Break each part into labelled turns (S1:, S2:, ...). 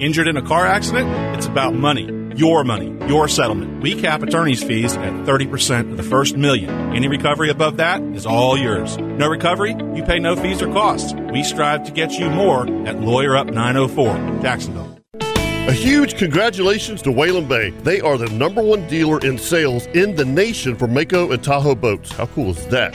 S1: Injured in a car accident? It's about money. Your money, your settlement. We cap attorney's fees at 30% of the first million. Any recovery above that is all yours. No recovery? You pay no fees or costs. We strive to get you more at Lawyer Up 904, Jacksonville.
S2: A huge congratulations to Whalen Bay. They are the number one dealer in sales in the nation for Mako and Tahoe boats. How cool is that?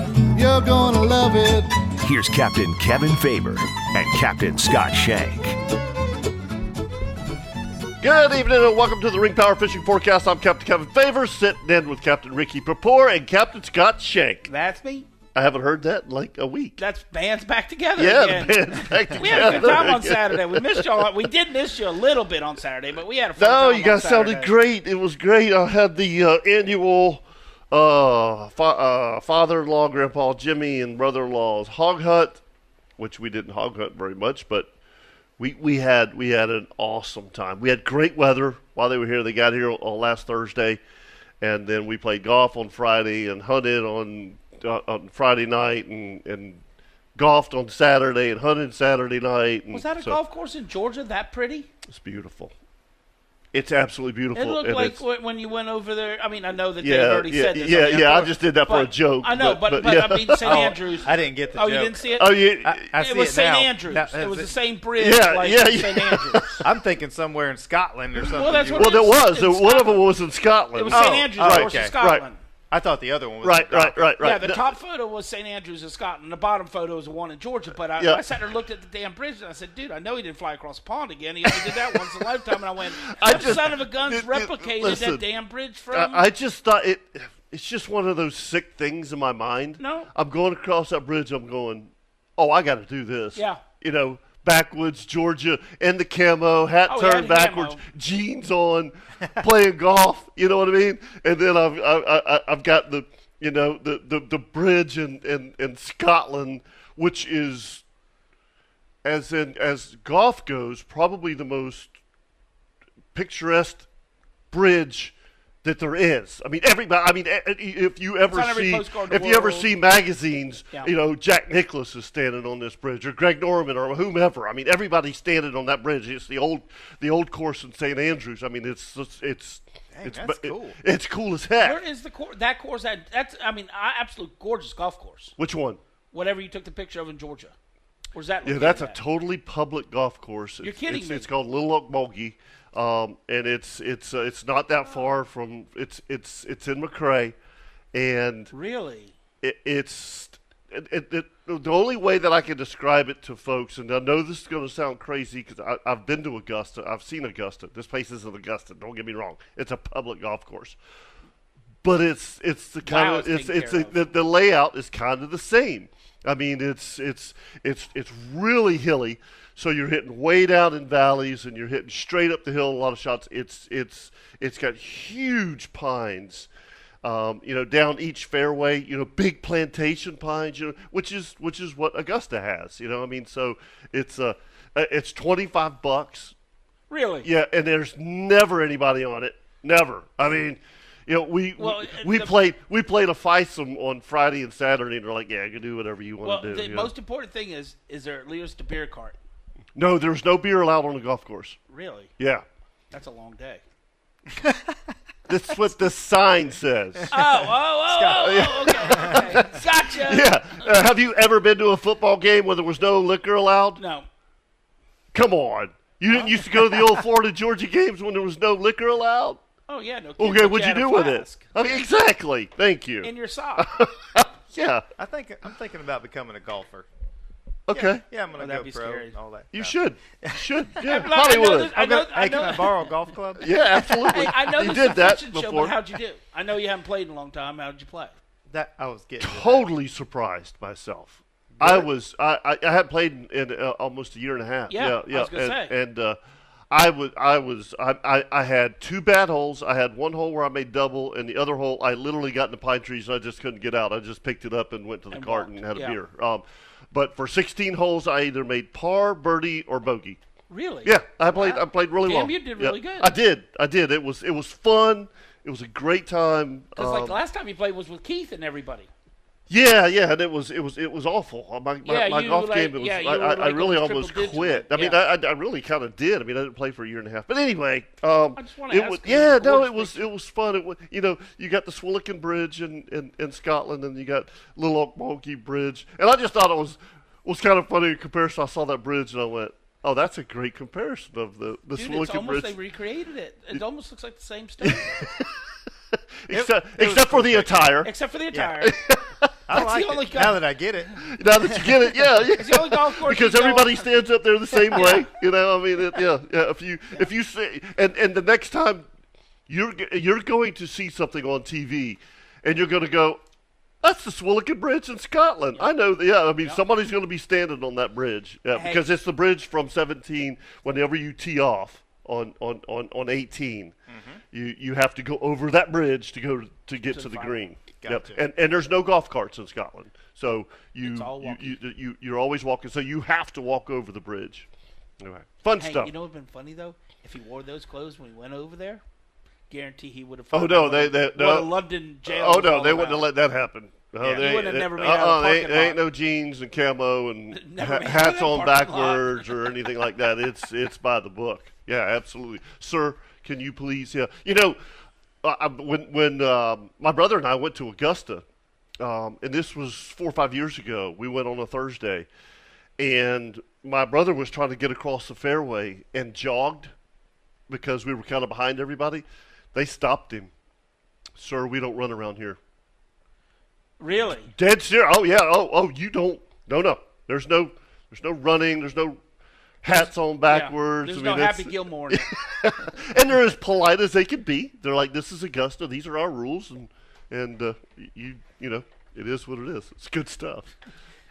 S3: You're gonna love it.
S4: Here's Captain Kevin Faber and Captain Scott Shank.
S2: Good evening and welcome to the Ring Power Fishing Forecast. I'm Captain Kevin Favor, sitting in with Captain Ricky Papour and Captain Scott Shank.
S5: That's me.
S2: I haven't heard that in like a week.
S5: That's bands back together.
S2: Yeah,
S5: again.
S2: the band's back together.
S5: We had a good time on
S2: again.
S5: Saturday. We missed y'all. We did miss you a little bit on Saturday, but we had a fun
S2: No,
S5: time
S2: Oh, you
S5: on
S2: guys sounded
S5: Saturday.
S2: great. It was great. I had the uh, annual uh, fa- uh, father-in-law, grandpa Jimmy, and brother-in-law's hog hunt, which we didn't hog hunt very much, but we we had we had an awesome time. We had great weather while they were here. They got here uh, last Thursday, and then we played golf on Friday and hunted on uh, on Friday night and and golfed on Saturday and hunted Saturday night. And
S5: Was that a
S2: so-
S5: golf course in Georgia that pretty?
S2: It's beautiful. It's absolutely beautiful.
S5: It looked
S2: and
S5: like
S2: it's-
S5: wh- when you went over there. I mean, I know that
S2: Yeah,
S5: they've already
S2: yeah,
S5: said this.
S2: yeah,
S5: on the
S2: yeah, I
S5: airport,
S2: just did that for a
S5: but-
S2: joke,
S5: I know,
S2: but-
S5: but
S2: but
S5: but,
S2: yeah.
S5: I mean, St.
S6: Oh,
S5: Andrews.
S6: I didn't get the
S5: Oh,
S6: joke.
S5: you didn't see it.
S2: Oh, you,
S6: I, I see
S5: it was
S6: it
S5: St.
S6: now.
S5: Andrews.
S6: That-
S5: it was the
S6: that's
S5: same bridge.
S2: Yeah,
S5: like
S2: yeah,
S5: St.
S2: yeah.
S5: Andrews.
S6: I'm thinking somewhere in Scotland or something.
S5: that's
S6: you
S5: what
S6: were-
S2: well, there
S5: in-
S2: was.
S5: in
S2: one of them
S5: Scotland.
S2: was in Scotland.
S5: It was
S6: Oh,
S5: St. Andrews,
S6: oh,
S5: of course,
S6: okay.
S5: in Scotland.
S6: I thought the other one was
S2: right,
S6: in Scotland.
S2: right, right, right.
S5: Yeah, the
S2: No,
S5: top photo was St. Andrews in Scotland. The bottom photo is the one in Georgia. But I,
S2: Yeah.
S5: I sat there and looked at the damn bridge, and I said, "Dude, I know he didn't fly across the pond again. He only did that once in a lifetime." And I went,
S2: I
S5: "The
S2: just-
S5: son of a guns
S2: it- it-
S5: replicated
S2: listen,
S5: that damn bridge from."
S2: I, I just thought it. It's just one of those sick things in my mind.
S5: No.
S2: I'm going across that bridge. I'm going. Oh, I got to do this.
S5: Yeah.
S2: You know, backwoods Georgia and the camo hat
S5: Oh, yeah,
S2: turned
S5: the camo.
S2: backwards, jeans on, playing golf. You know what I mean? And then I've I, I, I- I've got the you know the the, the bridge in, in in Scotland, which is as in as golf goes, probably the most picturesque bridge that there is. I mean, everybody. I mean, e- e- if you ever
S5: on every
S2: see,
S5: postcard in the
S2: if you ever
S5: world.
S2: see magazines,
S5: Yeah.
S2: you know, Jack Nicholas is standing on this bridge, or Greg Norman, or whomever. I mean, everybody's standing on that bridge. It's the old, the old course in St. Andrews. I mean, it's it's it's it's,
S6: that's
S2: it-
S6: cool.
S2: it's cool as heck.
S5: Where is the course? That course? That, that's I mean, I, absolute gorgeous golf course.
S2: Which one?
S5: Whatever you took the picture of in Georgia, where's that?
S2: Yeah,
S5: located
S2: that's a
S5: at?
S2: totally public golf course. It's,
S5: kidding
S2: it's,
S5: me.
S2: It's called Little Oak Bogey, um, and it's it's uh, it's not that far from it's it's it's in McRae, and
S5: really.
S2: it, it's it, it, it, the only way that I can describe it to folks, and I know this is going to sound crazy because I've been to Augusta, I've seen Augusta. This place isn't Augusta. Don't get me wrong; it's a public golf course, but it's it's the kind
S5: Wow,
S2: of it's
S5: it's taken
S2: it's
S5: care
S2: a,
S5: of.
S2: the, the layout is kind of the same. I mean, it's it's it's it's really hilly, so you're hitting way down in valleys, and you're hitting straight up the hill. A lot of shots. It's it's it's got huge pines, um, you know, down each fairway. You know, big plantation pines. You know, which is which is what Augusta has. You know, I mean, so it's uh, uh, it's twenty five bucks
S5: Really?
S2: yeah, and there's never anybody on it. Never. I mean, you know, we
S5: Well,
S2: we, we
S5: the-
S2: played we played a foursome on Friday and Saturday, and they're like, "Yeah, you can do whatever you want
S5: Well,
S2: to do."
S5: the
S2: you know.
S5: most important thing is, is there at least a beer cart?
S2: no, there's no beer allowed on the golf course.
S5: Really?
S2: Yeah,
S5: That's a long day.
S2: that's what the sign says.
S5: Oh, oh, oh, oh, oh okay. okay. Gotcha.
S2: yeah. Uh, have you ever been to a football game where there was no liquor allowed?
S5: No.
S2: Come on.
S7: You didn't used to go to the old Florida Georgia games when there was no liquor allowed.
S5: Oh yeah, no. kidding.
S7: Okay,
S5: But
S7: what'd you
S5: had a
S7: do with it?
S5: flask
S7: I mean, exactly. Thank you.
S5: In your sock.
S7: yeah.
S6: I think I'm thinking about becoming a golfer.
S7: Okay.
S6: Yeah, I'm gonna
S5: Oh,
S6: go
S5: that'd
S6: pro
S5: be scary.
S6: and all that.
S7: You
S6: crap.
S7: should. You should. Yeah.
S5: Like, I know
S7: Hollywood.
S5: this- I know.
S6: Hey,
S5: I
S6: can
S5: know.
S6: I borrow a golf club?
S7: Yeah, absolutely.
S5: Hey, I know
S7: you
S5: this
S7: did
S5: is a
S7: that
S5: fiction Show,
S7: before.
S5: but how'd you do? I know you haven't played in a long time. How'd you play?
S6: That I was getting.
S7: totally surprised myself. I was I I, I had played in, in uh, almost a year and a half.
S5: Yeah,
S7: yeah,
S5: I was gonna
S7: and,
S5: say.
S7: and uh, I was I was I, I I had two bad holes. I had one hole where I made double, and the other hole I literally got in the pine trees and I just couldn't get out. I just picked it up and went to the
S5: And
S7: cart
S5: walked,
S7: and had a
S5: yeah.
S7: beer. Um, but for 16 holes, I either made par, birdie, or bogey.
S5: Really?
S7: Yeah, I played. I played really
S5: Damn,
S7: well.
S5: you did
S7: Yeah,
S5: really good.
S7: I did. I did. It was it was fun. It was a great time.
S5: Because
S7: Um,
S5: like last time you played was with Keith and everybody.
S7: yeah, yeah, and it was it was it was awful. Uh, My my,
S5: Yeah,
S7: my
S5: you,
S7: golf
S5: like-
S7: game, it was
S5: yeah, you
S7: I,
S5: were,
S7: I, I
S5: like,
S7: really
S5: on
S7: almost
S5: triple digit.
S7: quit. I mean,
S5: Yeah.
S7: I, I I really kind of did. I mean, I didn't play for a year and a half, but anyway, um,
S5: I just wanna
S7: it
S5: ask
S7: was
S5: you,
S7: yeah,
S5: what
S7: no,
S5: is
S7: it was it was fun. It was, you know, you got the Swillican Bridge in, in, in Scotland, and you got Little Oak Monkey Bridge, and I just thought it was was kind of funny in comparison. I saw that bridge and I went, oh, that's a great comparison of the the
S5: Dude, it's
S7: Swillican
S5: almost
S7: Bridge,
S5: they recreated it. It almost looks like the same story,
S7: except
S6: it was
S7: except for the attire.
S5: except for the
S6: Yeah.
S5: attire.
S6: I
S5: the
S6: like
S5: only
S6: it.
S5: guy-
S6: Now that I get it,
S7: Now that you get it, yeah, yeah.
S5: It's the only golf course
S7: because
S5: you go
S7: everybody
S5: on.
S7: stands up there the same way. You know, I mean, it, yeah, yeah. If you if you see, and and the next time you're g- you're going to see something on TV, and you're going to go, that's the Swillican Bridge in Scotland. I know. th- Yeah, I mean, somebody's going to be standing on that bridge yeah,
S5: Hey.
S7: because it's the bridge from 17. Whenever you tee off on on on on 18. You, you have to go over that bridge to go to get to, the
S5: final.
S7: green.
S6: Gotcha.
S7: Yep. And and there's no golf carts in Scotland, so you
S5: It's all
S7: you,
S5: walking.
S7: you, you you're always walking, so you have to walk over the bridge. Anyway, fun
S5: Hey,
S7: stuff.
S5: you know what'd been funny though? If he wore those clothes when he went over there, guarantee he would have.
S7: oh
S5: found
S7: no,
S5: out
S7: they
S5: what a-
S7: they
S5: what
S7: no.
S5: a London jail.
S7: Oh
S5: was
S7: no,
S5: all
S7: they wouldn't have
S5: about.
S7: let that happen. No,
S5: Yeah. You
S7: they,
S5: wouldn't have
S7: they-
S5: never made out of
S7: uh-uh,
S5: the
S7: they,
S5: parking
S7: they
S5: lot.
S7: ain't no jeans and camo and
S5: Never
S7: ha-
S5: made out of
S7: hats
S5: that parking
S7: on
S5: lot.
S7: backwards or anything like that. It's it's by the book. Yeah, absolutely, sir. Can you please? Yeah, you know, uh, I, when when um, my brother and I went to Augusta, um, and this was four or five years ago, we went on a Thursday, and my brother was trying to get across the fairway and jogged because we were kind of behind everybody. They stopped him. Sir, we don't run around here.
S5: Really?
S7: Dead serious. Oh yeah. Oh oh. You don't. No no. There's no. There's no running. There's no hats on
S5: Yeah.
S7: backwards.
S5: There's
S7: I
S5: no
S7: mean, it's-
S5: Happy Gilmore. in it.
S7: and they're as polite as they can be. They're like, this is Augusta. These are our rules, and and uh, you you know it is what it is. It's good stuff.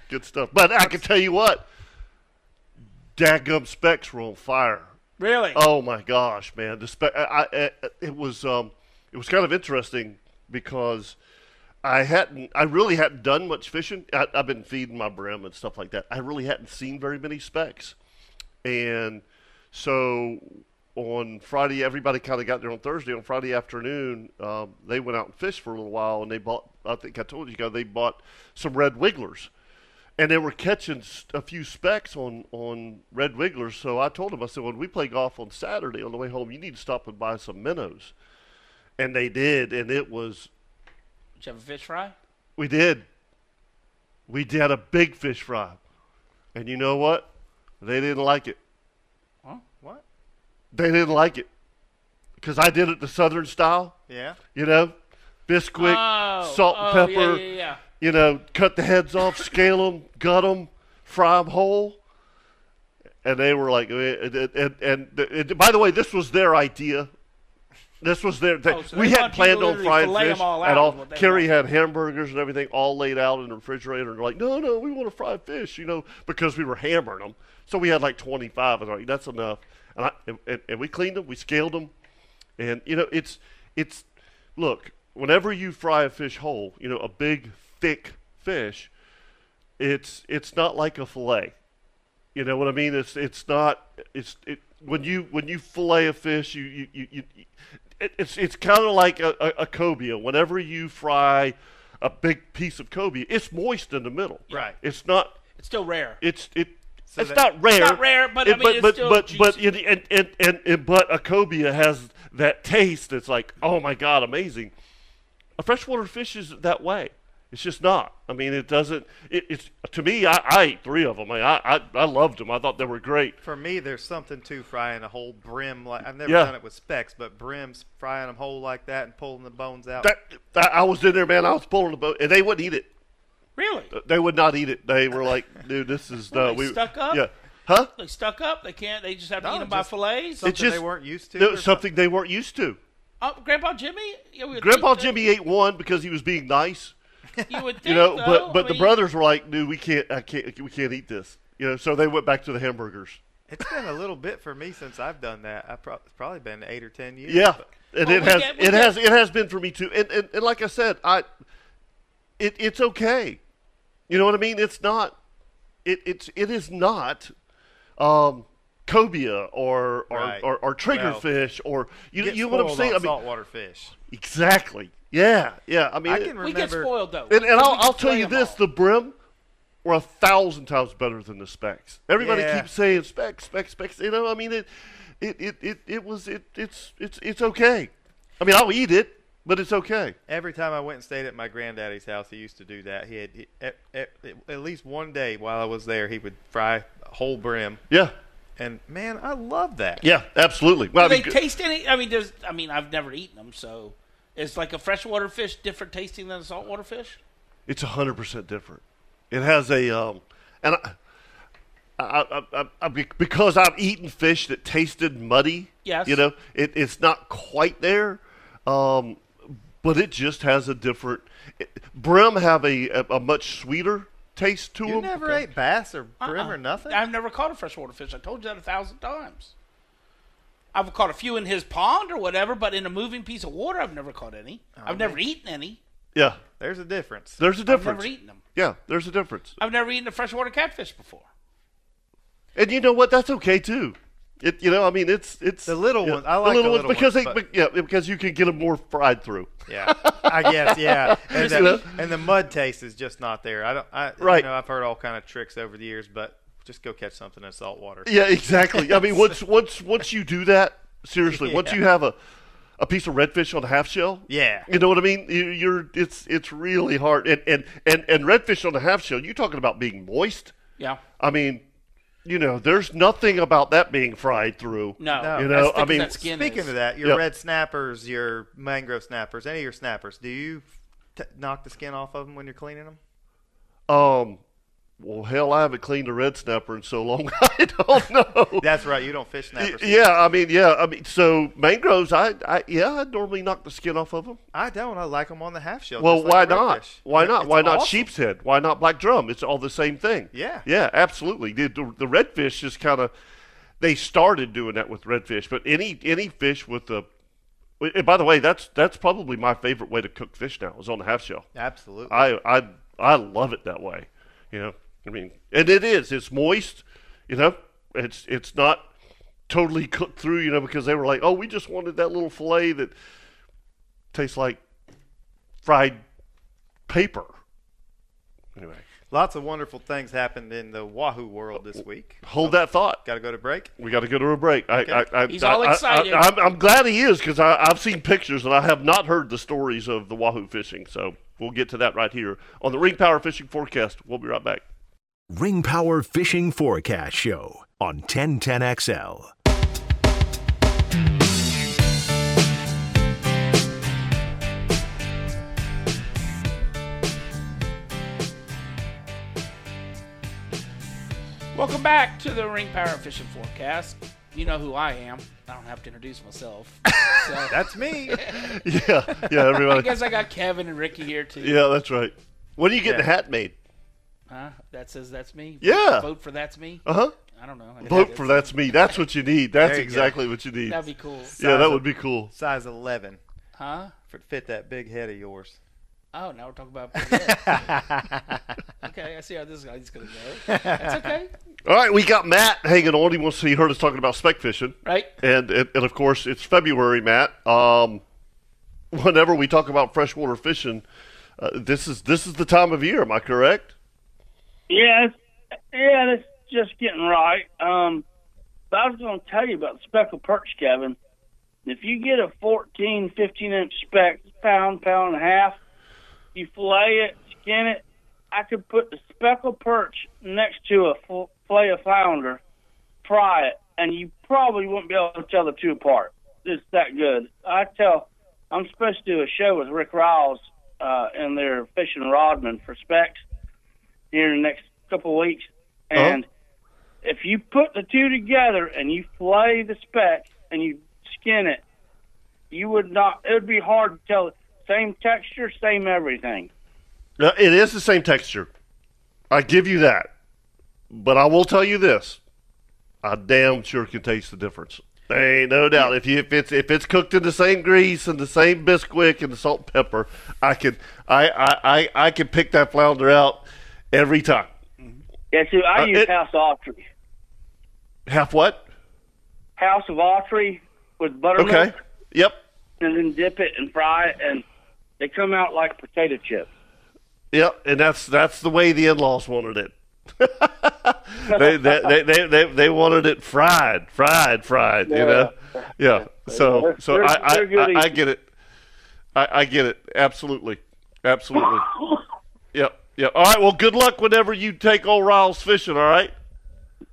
S7: Good stuff. But I can tell you what. Dadgum specs were on fire.
S5: Really?
S7: Oh my gosh, man! The spe- I, I, I- it was um, it was kind of interesting because I hadn't, I really hadn't done much fishing. I, I've been feeding my brim and stuff like that. I really hadn't seen very many specks, and so on Friday, everybody kind of got there on Thursday. On Friday afternoon, um, they went out and fished for a little while, and they bought. I think I told you guys they bought some red wigglers and they were catching s- a few specks on on red wigglers. So I told them, I said, when we play golf on Saturday on the way home, you need to stop and buy some minnows. And they did, and it was
S5: Did you have a fish fry?
S7: we did. We did a big fish fry, and you know what? They didn't like it.
S6: what?
S7: They didn't like it because I did it the Southern style.
S6: Yeah.
S7: You know, Bisquick,
S5: Oh,
S7: salt and
S5: oh,
S7: pepper.
S5: Yeah, yeah, yeah.
S7: you know, cut the heads off, scale them, gut them, fry them whole. And they were like, eh, and, and, and, and by the way, this was their idea. This was their. They,
S5: Oh, so
S7: we
S5: they
S7: hadn't
S5: want you to
S7: planned on
S5: literally
S7: frying
S5: fillet 'em
S7: fish
S5: all
S7: at
S5: out
S7: all.
S5: is what they
S7: Kerry
S5: want.
S7: had hamburgers and everything all laid out in the refrigerator, and they're like, "No, no, we want to fry fish," you know, because we were hammering them. So we had like twenty five, and I'm like, "That's enough." And, I, and- and and we cleaned them, we scaled them, and you know, it's it's look, whenever you fry a fish whole, you know, a big thick fish, it's it's not like a fillet. You know what I mean? It's it's not it's it when you when you fillet a fish, you you you, you it, it's it's kind of like a, a, a cobia. Whenever you fry a big piece of cobia, it's moist in the middle.
S6: Right.
S7: It's not
S5: It's still rare.
S7: it's it.
S6: So
S7: it's
S6: that-
S7: not rare.
S5: not rare, but I mean,
S7: but
S5: it's
S7: but
S5: still
S7: but, but
S5: juicy.
S7: it, and, and, and, and but a cobia has that taste that's like, oh my god, amazing. A freshwater fish is that way. It's just not. I mean, it doesn't. It, it's to me. I, I ate three of them. I, I I loved them. I thought they were great.
S6: For me, there's something to frying a whole brim. Like I've never
S7: Yeah.
S6: done it with specks, but brims frying them whole like that and pulling the bones out.
S7: That I, I was in there, man. I was pulling the boat, and they wouldn't eat it.
S5: Really?
S7: They would not eat it. They were like, dude, this is
S5: they
S7: no. we
S5: stuck up?
S7: Yeah. Huh?
S5: They stuck up. They can't. They just have to
S6: No,
S5: eat them by
S6: just-
S5: fillets.
S6: something
S7: just-
S6: they weren't used to.
S7: It
S6: or
S7: was something they weren't used to.
S5: Oh, Grandpa Jimmy. You would
S7: Grandpa
S5: think
S7: Jimmy ate one because he was being nice,
S5: that- You would think,
S7: you know.
S5: though.
S7: But but
S5: I
S7: the
S5: mean,
S7: brothers were like, dude, we can't, I can't, we can't eat this, you know. So they went back to the hamburgers.
S6: It's been a little bit for me since I've done that. I pro- it's probably been eight or ten years.
S7: Yeah,
S6: but-
S7: and
S5: Well,
S7: it
S5: we
S7: has
S5: get- we
S7: it
S5: get-
S7: has it has been for me too. And and, and like I said, I it it's okay. You know what I mean? It's not it it's it is not um cobia or or,
S6: Right.
S7: or, or
S6: Well,
S7: triggerfish or you
S6: Get
S7: you know what I'm
S6: spoiled
S7: saying?
S6: on
S7: I mean
S6: saltwater fish.
S7: exactly. Yeah, yeah. I mean
S6: I
S7: it-
S6: can
S5: We get
S6: remember-
S5: spoiled though.
S7: and, and I'll,
S5: We can
S7: I'll tell
S5: play
S7: you
S5: 'em
S7: this:
S5: all.
S7: the brim were a thousand times better than the specs. Everybody
S6: Yeah.
S7: keeps saying specs, specs, specs. You know, I mean it, it, it, it, it was it, it's it's it's okay. I mean, I'll eat it, but it's okay.
S6: Every time I went and stayed at my granddaddy's house, he used to do that. He had he, at, at, at least one day while I was there, he would fry a whole brim,
S7: Yeah,
S6: and man, I love that.
S7: yeah, absolutely. Well, I
S5: Do
S7: mean,
S5: they
S7: good-
S5: taste any? I mean, there's. I mean, I've never eaten them, so it's like a freshwater fish different tasting than a saltwater fish.
S7: it's hundred percent different. It has a um, and I, I, I, I, I, because I've eaten fish that tasted muddy.
S5: Yes.
S7: you know, it, it's not quite there, um, but it just has a different. It, brim have a, a, a much sweeter taste to
S6: You
S7: them.
S6: never ate bass or brim or nothing.
S5: I've never caught a freshwater fish. I told you that a thousand times. I've caught a few in his pond or whatever, but in a moving piece of water, I've never caught any.
S7: Oh,
S5: I've never eaten any.
S7: Yeah,
S6: There's a difference.
S7: there's a
S5: I've
S7: difference.
S5: never eaten them.
S7: yeah, there's a difference,
S5: I've never eaten a freshwater catfish before.
S7: and you know what? That's okay too. It, you know, I mean, it's it's
S6: The little
S7: yeah,
S6: ones- I like the little
S7: because
S6: ones,
S7: they,
S6: but-
S7: yeah, because you can get them more fried through.
S6: Yeah, I guess. Yeah, and,
S5: Crispy.
S6: the, and the mud taste is just not there. I don't. I,
S7: Right.
S6: You know, I've heard all kind of tricks over the years, but just go catch something in salt water.
S7: Yeah, exactly. I mean, once once once you do that, seriously, once
S6: Yeah.
S7: you have a a piece of redfish on a half shell,
S6: Yeah.
S7: you know what I mean. You, you're it's it's really hard, and and and and redfish on a half shell. You're talking about being moist.
S5: Yeah.
S7: I mean, you know, there's nothing about that being fried through.
S5: No.
S6: No.
S7: you
S6: That's
S5: thick
S7: know, I
S5: as
S7: mean,
S5: that skin.
S6: Speaking
S5: is.
S6: of that, your
S7: Yeah.
S6: red snappers, your mangrove snappers, any of your snappers, do you t- knock the skin off of them when you're cleaning them?
S7: um, well, hell, I haven't cleaned a red snapper in so long. I don't know.
S6: That's right. You don't fish snappers.
S7: yeah, I mean, yeah, I mean, so mangroves, I, I, yeah, I normally knock the skin off of them.
S6: I don't. I like them on the half shell.
S7: Well,
S6: just like
S7: why
S6: the
S7: not?
S6: redfish.
S7: Why not?
S6: It's
S7: why not
S6: awesome.
S7: sheep's head? Why not black drum? It's all the same thing.
S6: Yeah.
S7: Yeah, absolutely. The, the, the redfish just kind of they started doing that with redfish, but any any fish with the and by the way, that's that's probably my favorite way to cook fish now is on the half shell.
S6: Absolutely.
S7: I I I love it that way. You know, I mean, and it is. It's moist. You know, it's it's not totally cooked through. You know, because they were like, oh, we just wanted that little fillet that tastes like fried paper. Anyway,
S6: Lots of wonderful things happened in the Wahoo world this week.
S7: hold that thought.
S6: Got to go to break.
S7: We got to go to a break. I, I, I,
S5: He's all
S7: I- I-
S5: excited.
S7: I, am I'm glad he is because I've seen pictures and I have not heard the stories of the wahoo fishing. So we'll get to that right here on the Ring Power Fishing Forecast. We'll be right back.
S4: Ring Power Fishing Forecast Show on 1010XL.
S5: Welcome back to the Ring Power Fishing Forecast. You know who I am. I don't have to introduce myself. So
S6: That's me.
S7: Yeah, yeah,
S5: I
S7: everybody.
S5: guess I got Kevin and Ricky here too.
S7: Yeah, that's right. When are you getting
S6: Yeah.
S7: a hat made?
S5: Huh? That says that's me.
S7: Yeah.
S5: Vote for that's me.
S7: Uh huh.
S5: I don't know. I
S7: Vote
S5: guess
S7: for that's me. That's what you need. That's
S6: There you go.
S7: exactly what you need.
S5: That'd be cool.
S7: yeah, that
S6: Size
S7: would
S6: of-
S7: be cool.
S6: Size 11.
S5: Huh?
S6: Fit- Fit that big head of yours.
S5: Oh, now we're talking about. okay, I see how this is going to go. That's okay,
S7: All right, we got Matt hanging on. He wants. He heard us talking about speck fishing,
S5: right?
S7: and and, and of course it's February, Matt. Um, whenever we talk about freshwater fishing, uh, this is this is the time of year. Am I correct?
S8: Yeah, it's, yeah, that's just getting right. Um, but I was going to tell you about speckled perch, Kevin. If you get a 14, 15 inch speck, pound, pound and a half, you fillet it,
S9: skin it. I could put the speckled perch next to a fl- fillet of flounder, fry it, and you probably wouldn't be able to tell the two apart. It's that good. I tell, I'm supposed to do a show with Rick Riles uh, and their fishing rodman for specs here in the next couple of weeks.
S7: Oh.
S9: And if you put the two together and you flay the speck and you skin it, you would not. It would be hard to tell. Same texture, same everything.
S7: Now, It is the same texture. I give you that. But I will tell you this. I damn sure can taste the difference. There ain't no doubt. If you if it's if it's cooked in the same grease and the same bisquick and the salt and pepper, I can I I, I, I can pick that flounder out every time.
S9: Yeah, see, I
S7: Uh,
S9: use
S7: it-
S9: House Autry.
S7: Half what?
S9: House of Autry with buttermilk,
S7: Okay. Yep.
S9: and then dip it and fry it, and they come out like potato chips.
S7: Yep, and that's that's the way the in-laws wanted it. they, they, they, they, they they wanted it fried, fried, fried. You know, yeah. So so
S9: They're-
S7: I I,
S9: they're good
S7: I, I
S9: eating.
S7: get it. I, I get it absolutely, absolutely. yep, yep. All right. Well, good luck whenever you take old Riles fishing. All right.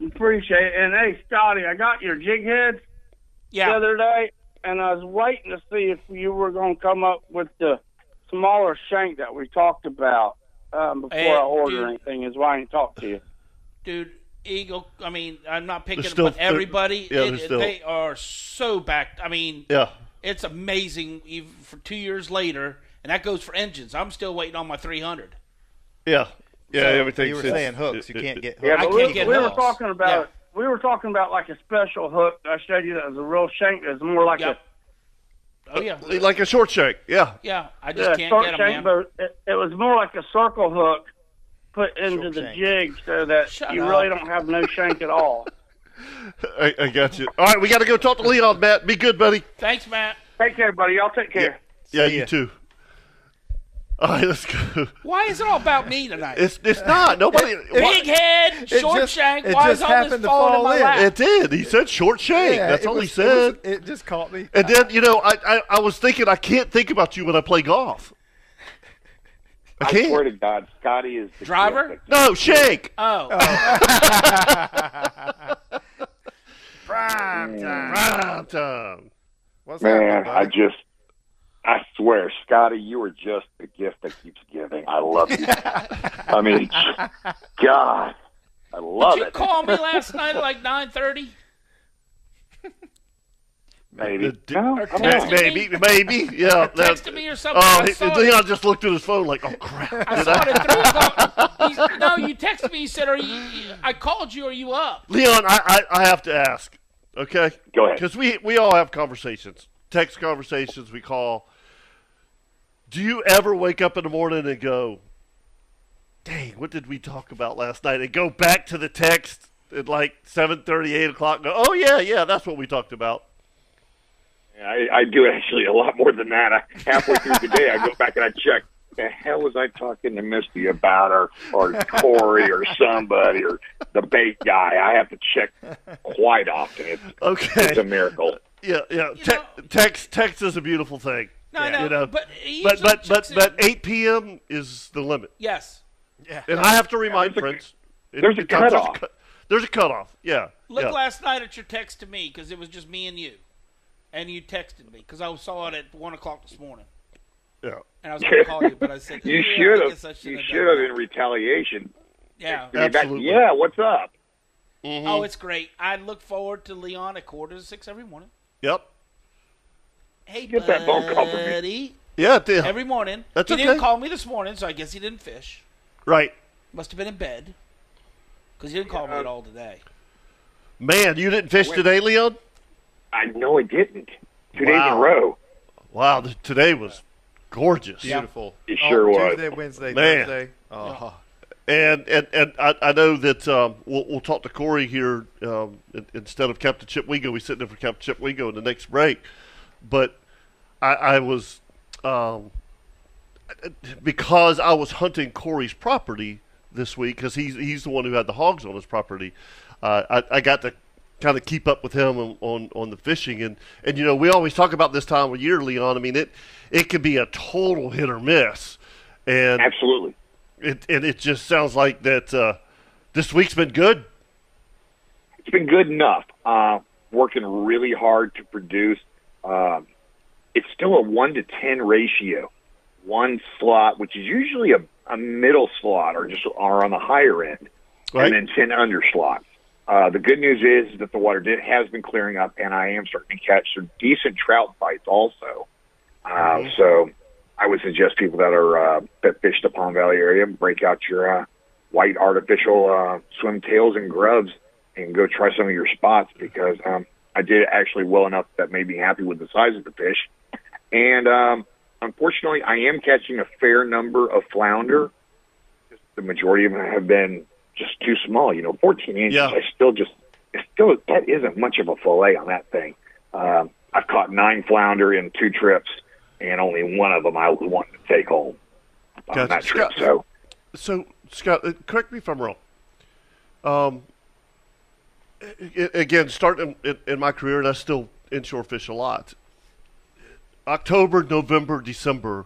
S9: Appreciate it. And hey, Scotty, I got your jig heads the
S5: Yeah.
S9: other day, and I was waiting to see if you were going to come up with the smaller shank that we talked about um, before
S5: Hey,
S9: I order
S5: dude.
S9: anything. Is why I didn't talk to you.
S5: Dude, Eagle, I mean, I'm not picking
S7: They're still-
S5: but everybody,
S7: they're- yeah,
S5: it-
S7: they're
S5: it-
S7: still-
S5: they are so back. I mean,
S7: Yeah.
S5: it's amazing even for two years later, and that goes for engines. I'm still waiting on my 300.
S7: Yeah. Yeah.
S6: So,
S7: everything's
S6: you were
S7: it's-
S6: saying hooks. You can't get hooks.
S9: Yeah,
S5: I
S9: but
S5: can't
S9: we,
S5: get
S9: we were
S5: hooks.
S9: talking about
S5: Yeah.
S9: it. We were talking about like a special hook. I showed you that was a real shank. That's more like
S5: Yep. Oh, yeah.
S7: like a short shake. Yeah.
S5: Yeah, I
S9: a,
S5: just
S9: a
S5: can't
S9: short
S5: get them,
S9: shank,
S5: man.
S9: but it, it was more like a circle hook put into
S6: Short
S9: the
S6: shank.
S9: jig, so that
S5: Shut
S9: you
S5: up.
S9: really don't have no shank at all.
S7: I, I got you. All right. We got to go talk to Leon, Matt. Be good, buddy.
S5: Thanks, Matt.
S9: Take care, buddy. Y'all take care.
S7: Yeah.
S6: ya.
S7: You too. All right. Let's go.
S5: Why is it all about me tonight?
S7: It's it's not. Nobody.
S5: Big head,
S2: It
S5: short
S2: just-
S5: shank.
S2: it
S5: Why is
S2: just
S5: all this
S2: happened to
S5: falling in
S2: fall
S5: my
S2: in.
S5: lap?
S7: It did. He said short shake.
S2: Yeah,
S7: That's
S2: it
S7: all he
S2: was- it
S7: said.
S2: was- It just caught me.
S7: and then you know, I, I I was thinking I can't think about you when I play golf. I
S4: I swear
S7: can't.
S4: to God, Scotty is the
S5: Driver?
S4: gift
S7: No shake.
S5: Oh,
S2: Prime time.
S7: Prime time.
S2: What's
S4: that- Man,
S2: happening,
S4: I
S2: buddy?
S4: just, I swear, Scotty, you are just the gift that keeps giving. I love you. I mean, God, I love
S5: you
S4: it.
S5: called me last night at like 9.30.
S4: Maybe.
S7: The-
S4: No, I don't
S5: text
S4: know.
S5: me.
S7: Maybe, maybe, yeah. that-
S5: Texted me or something.
S7: Oh,
S5: I
S7: he-
S5: saw it.
S7: Leon just looked at his phone like, oh crap.
S5: I
S7: Did
S5: saw
S7: I-
S5: it at three o'clock. He's- No, you texted me. You said, "Are you?" I called you. Are you up?
S7: Leon, I, I I have to ask. Okay.
S4: Go ahead.
S7: Because we we all have conversations, text conversations, we call. Do you ever wake up in the morning and go, "Dang, what did we talk about last night?" And go back to the text at like seven thirty, eight o'clock. And go, "Oh yeah, yeah, that's what we talked about."
S4: I, I do actually a lot more than that. I, halfway through the day, I go back and I check. The hell was I talking to Misty about, or or Corey, or somebody, or the bait guy? I have to check quite often. It's,
S7: Okay.
S4: it's a miracle.
S7: yeah, yeah.
S5: You
S7: Te-
S5: know-
S7: text text is a beautiful thing.
S5: No, no.
S7: You know,
S5: but he
S7: But
S5: usually
S7: but but
S5: checks
S7: but
S5: in.
S7: eight p.m. is the limit.
S5: yes.
S7: And I have to remind
S4: there's a-
S7: friends. it-
S4: there's a
S7: it- there's
S4: cutoff.
S7: cut- There's a cutoff. Yeah.
S5: Look
S7: yeah.
S5: last night at your text to me because it was just me and you, and you texted me because I saw it at one o'clock this morning,
S7: yeah.
S5: and I was going to call you, but I said
S4: You
S5: "Yeah, I
S4: should
S5: guess I
S4: have. You
S5: shouldn't
S4: should
S5: done
S4: have in retaliation.
S5: that." Yeah.
S4: I mean, that-
S7: Absolutely.
S4: yeah. What's up?
S7: Mm-hmm.
S5: Oh, it's great. I look forward to Leon at quarter to six every morning.
S7: Yep.
S5: Hey,
S4: Get that phone call from me.
S5: buddy.
S7: Yeah. it did.
S5: Every morning.
S7: That's
S5: he didn't
S7: okay.
S5: call me this morning, so I guess he didn't fish.
S7: right.
S5: Must have been in bed because he didn't call me at all today.
S7: Man, you didn't fish today, Leon?
S4: I know I didn't. Two days in a
S7: Wow.
S4: row.
S7: Wow, th- today was gorgeous.
S6: Beautiful. Oh,
S4: It sure was.
S6: Tuesday, Wednesday,
S7: Man.
S6: Thursday. Oh,
S7: And and, and I, I know that um, we'll, we'll talk to Corey here um, in- instead of Captain Chip Wingo. He's sitting in for Captain Chip Wingo in the next break. But I, I was, um, because I was hunting Corey's property this week, because he's, he's the one who had the hogs on his property, uh, I, I got to kind of keep up with him on, on, on the fishing. And, and, you know, we always talk about this time of year, Leon. I mean, it, it could be a total hit or miss. And
S4: Absolutely.
S7: It, and it just sounds like that uh, this week's been good.
S2: it's been good enough. Uh, working really hard to produce. Um, it's still a one to ten ratio, one slot, which is usually a, a middle slot or just or on the higher end,
S7: Right.
S2: and then ten under slots. Uh, the good news is that the water did, has been clearing up, and I am starting to catch some decent trout bites also. Uh,
S4: Um,
S2: So I would suggest people that are uh, that fish the Palm Valley area break out your uh, white artificial uh, swim tails and grubs and go try some of your spots because um, I did actually well enough that made me happy with the size of the fish. And um, unfortunately, I am catching a fair number of flounder. Just The majority of them have been just too small. You know, 14 inches.
S7: Yeah.
S2: I still just it's still that isn't much of a fillet on that thing. Um, I've caught nine flounder in two trips, and only one of them I was wanting to take home on
S7: Gotcha.
S2: that trip.
S7: Scott-
S2: So.
S7: So, Scott, uh, correct me if I'm wrong. Um, a- a- again, starting in, in my career, and I still inshore fish a lot. October, November, December